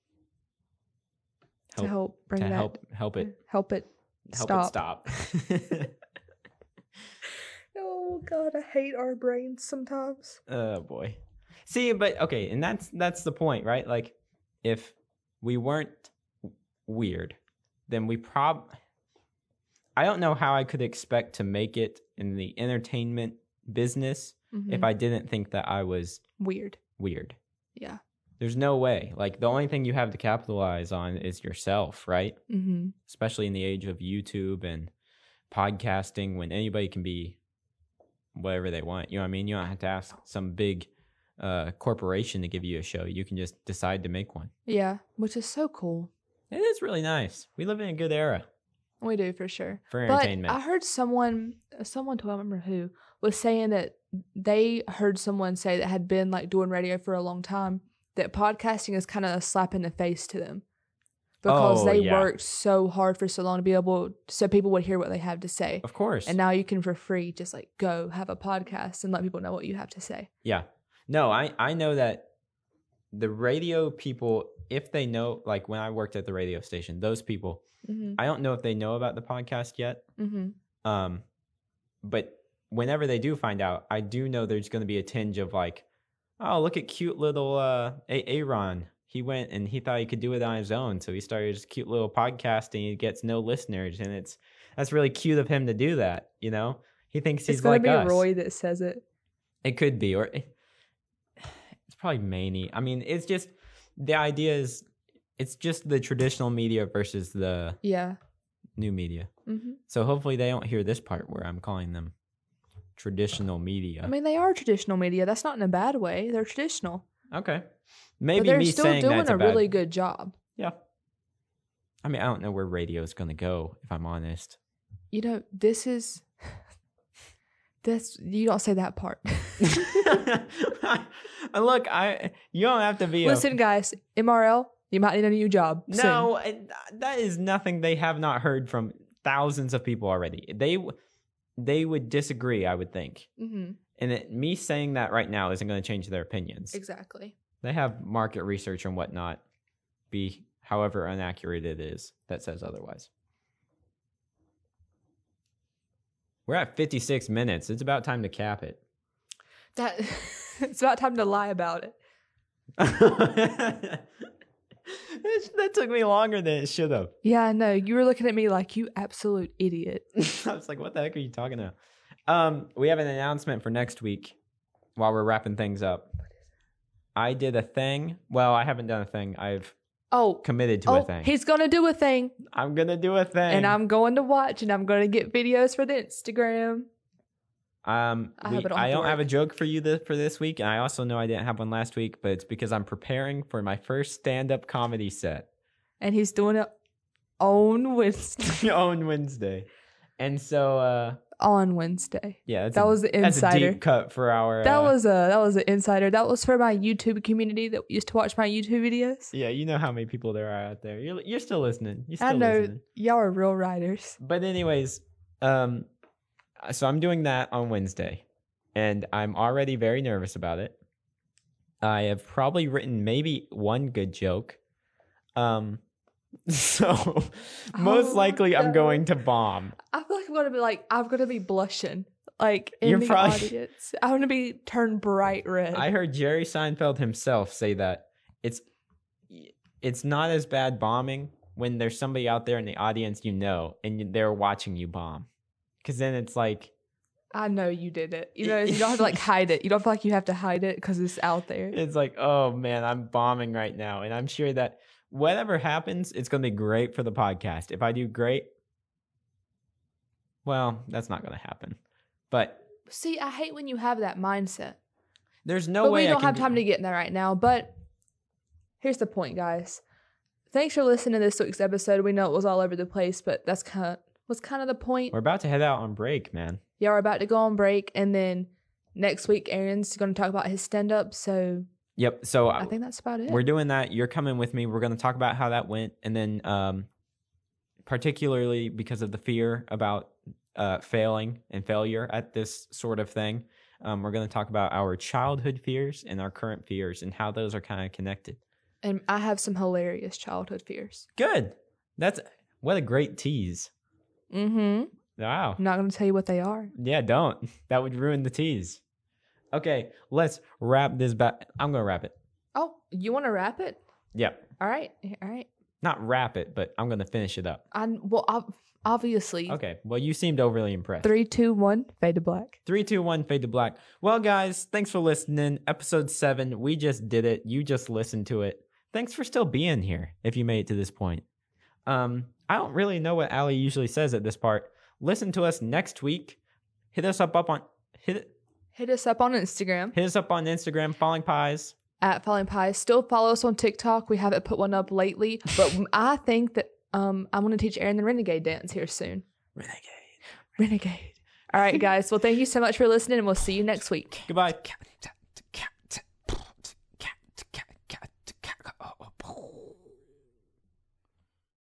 [SPEAKER 1] to help bring
[SPEAKER 2] to
[SPEAKER 1] that
[SPEAKER 2] help help it
[SPEAKER 1] help it.
[SPEAKER 2] help it stop.
[SPEAKER 1] Oh God, I hate our brains sometimes.
[SPEAKER 2] Oh boy. See, but okay, and that's that's the point, right? Like if we weren't w- weird, then we prob I don't know how I could expect to make it in the entertainment business if
[SPEAKER 1] Mhm.
[SPEAKER 2] I didn't think that I was
[SPEAKER 1] Weird.
[SPEAKER 2] weird.
[SPEAKER 1] Yeah.
[SPEAKER 2] There's no way. Like the only thing you have to capitalize on is yourself, right?
[SPEAKER 1] Mm-hmm.
[SPEAKER 2] Especially in the age of YouTube and podcasting when anybody can be whatever they want. You know what I mean? You don't have to ask some big uh, corporation to give you a show. You can just decide to make one.
[SPEAKER 1] Yeah, which is so cool.
[SPEAKER 2] It is really nice. We live in a good era
[SPEAKER 1] We do for sure.
[SPEAKER 2] for
[SPEAKER 1] But
[SPEAKER 2] entertainment.
[SPEAKER 1] I heard someone, uh, someone, told- I don't remember who, was saying that they heard someone say that had been like doing radio for a long time that podcasting is kind of a slap in the face to them because
[SPEAKER 2] Oh,
[SPEAKER 1] they
[SPEAKER 2] yeah.
[SPEAKER 1] worked so hard for so long to be able, so people would hear what they have to say.
[SPEAKER 2] of course.
[SPEAKER 1] And now you can for free just like go have a podcast and let people know what you have to say.
[SPEAKER 2] yeah. No, I, I know that the radio people, if they know, like when I worked at the radio station, those people,
[SPEAKER 1] Mm-hmm.
[SPEAKER 2] I don't know if they know about the podcast yet.
[SPEAKER 1] Mm-hmm.
[SPEAKER 2] Um, but whenever they do find out, I do know there's going to be a tinge of like, oh, look at cute little uh, A- Aaron. He went and he thought he could do it on his own, so he started his cute little podcast and he gets no listeners, and it's that's really cute of him to do that. You know, he thinks he's
[SPEAKER 1] It's gonna
[SPEAKER 2] like
[SPEAKER 1] be
[SPEAKER 2] us.
[SPEAKER 1] Roy that says it.
[SPEAKER 2] It could be, or it's probably Maney. I mean, it's just the idea is it's just the traditional media versus the
[SPEAKER 1] Yeah.
[SPEAKER 2] new media.
[SPEAKER 1] Mm-hmm.
[SPEAKER 2] So hopefully they don't hear this part where I'm calling them traditional media.
[SPEAKER 1] I mean, they are traditional media. That's not in a bad way. They're traditional,
[SPEAKER 2] okay.
[SPEAKER 1] but
[SPEAKER 2] Maybe
[SPEAKER 1] they're
[SPEAKER 2] me
[SPEAKER 1] still
[SPEAKER 2] saying
[SPEAKER 1] doing
[SPEAKER 2] that's
[SPEAKER 1] a
[SPEAKER 2] bad-
[SPEAKER 1] really good job.
[SPEAKER 2] Yeah. I mean, I don't know where radio is going to go if I'm honest.
[SPEAKER 1] You know, this is this. You don't say that part.
[SPEAKER 2] Look, I you don't have to be a-
[SPEAKER 1] Listen, guys, MRL, You might need a new job. soon.
[SPEAKER 2] No, uh, that is nothing they have not heard from thousands of people already. They w- they would disagree, I would think.
[SPEAKER 1] Mhm.
[SPEAKER 2] And it, me saying that right now isn't going to change their opinions.
[SPEAKER 1] Exactly.
[SPEAKER 2] They have market research and whatnot, be however inaccurate it is that says otherwise. We're at 56 minutes. It's about time to cap it.
[SPEAKER 1] That it's about time to lie about it.
[SPEAKER 2] that, that took me longer than it should have.
[SPEAKER 1] Yeah, I know. You were looking at me like you absolute idiot.
[SPEAKER 2] I was like, what the heck are you talking about? Um, we have an announcement for next week while we're wrapping things up. I did a thing. Well, I haven't done a thing. I've
[SPEAKER 1] Oh,
[SPEAKER 2] committed to a
[SPEAKER 1] oh,
[SPEAKER 2] thing.
[SPEAKER 1] he's gonna do a thing,
[SPEAKER 2] I'm gonna do a thing.
[SPEAKER 1] and I'm going to watch, and I'm gonna get videos for the Instagram.
[SPEAKER 2] um
[SPEAKER 1] I
[SPEAKER 2] we-
[SPEAKER 1] have it on
[SPEAKER 2] I don't
[SPEAKER 1] board.
[SPEAKER 2] have a joke for you this, for this week, and I also know I didn't have one last week, but it's because I'm preparing for my first stand-up comedy set
[SPEAKER 1] And he's doing it on Wednesday.
[SPEAKER 2] on Wednesday. And so uh
[SPEAKER 1] on Wednesday.
[SPEAKER 2] yeah, that's
[SPEAKER 1] That
[SPEAKER 2] a,
[SPEAKER 1] was the
[SPEAKER 2] that's a
[SPEAKER 1] insider.
[SPEAKER 2] deep cut for our
[SPEAKER 1] That
[SPEAKER 2] uh,
[SPEAKER 1] was a that was an insider. That was for my YouTube community that used to watch my YouTube videos.
[SPEAKER 2] yeah, you know how many people there are out there. You're you're still listening. You're still
[SPEAKER 1] I know
[SPEAKER 2] listening.
[SPEAKER 1] y'all are real writers.
[SPEAKER 2] But anyways, um so I'm doing that on Wednesday and I'm already very nervous about it. I have probably written maybe one good joke. Um so most
[SPEAKER 1] Oh,
[SPEAKER 2] likely
[SPEAKER 1] no.
[SPEAKER 2] I'm going to bomb.
[SPEAKER 1] I feel like I'm gonna be like I'm gonna be blushing like in
[SPEAKER 2] You're
[SPEAKER 1] the
[SPEAKER 2] probably-
[SPEAKER 1] audience. I'm gonna be turned bright red.
[SPEAKER 2] I heard Jerry Seinfeld himself say that it's it's not as bad bombing when there's somebody out there in the audience you know and they're watching you bomb. Cuz then it's like
[SPEAKER 1] I know you did it. You know you don't have to like hide it. You don't feel like you have to hide it because it's out there.
[SPEAKER 2] It's like, oh man, I'm bombing right now. And I'm sure that whatever happens, it's going to be great for the podcast. If I do great, well, that's not going to happen. But
[SPEAKER 1] See, I hate when you have that mindset.
[SPEAKER 2] there's no
[SPEAKER 1] but
[SPEAKER 2] way
[SPEAKER 1] we
[SPEAKER 2] I
[SPEAKER 1] don't
[SPEAKER 2] can
[SPEAKER 1] have
[SPEAKER 2] do-
[SPEAKER 1] time to get in there right now. But here's the point, guys. Thanks for listening to this week's episode. We know it was all over the place, but that's kind of was kind of the point.
[SPEAKER 2] We're about to head out on break, man.
[SPEAKER 1] Y'all are about to go on break, and then next week Aaron's going to talk about his stand up. So
[SPEAKER 2] Yep. So
[SPEAKER 1] I
[SPEAKER 2] uh
[SPEAKER 1] think that's about it.
[SPEAKER 2] we're doing that. You're coming with me. We're going to talk about how that went, and then um, particularly because of the fear about uh, failing and failure at this sort of thing, um, we're going to talk about our childhood fears and our current fears and how those are kind of connected.
[SPEAKER 1] and I have some hilarious childhood fears.
[SPEAKER 2] Good. That's what a great tease.
[SPEAKER 1] Mm-hmm.
[SPEAKER 2] Wow.
[SPEAKER 1] I'm not going to tell you what they are.
[SPEAKER 2] Yeah, don't. That would ruin the tease. Okay, let's wrap this back. I'm going to wrap it.
[SPEAKER 1] Oh, you want to wrap it?
[SPEAKER 2] Yep.
[SPEAKER 1] All right, all right.
[SPEAKER 2] Not wrap it, but I'm going to finish it up.
[SPEAKER 1] I well, ob- obviously,
[SPEAKER 2] Okay. Well, you seemed overly impressed.
[SPEAKER 1] three, two, one, fade to black.
[SPEAKER 2] Three, two, one, fade to black. Well, guys, thanks for listening. Episode seven, we just did it. You just listened to it. Thanks for still being here if you made it to this point. Um, I don't really know what Allie usually says at this part. Listen to us next week. Hit us up, up on hit
[SPEAKER 1] Hit us up on Instagram.
[SPEAKER 2] hit us up on Instagram, Falling Pies.
[SPEAKER 1] at Falling Pies. Still follow us on TikTok. We haven't put one up lately, but I think that um, I'm going to teach Aaron the Renegade dance here soon.
[SPEAKER 2] Renegade.
[SPEAKER 1] Renegade. All right, guys. Well, thank you so much for listening, and we'll see you next week.
[SPEAKER 2] Goodbye.
[SPEAKER 1] Counting down.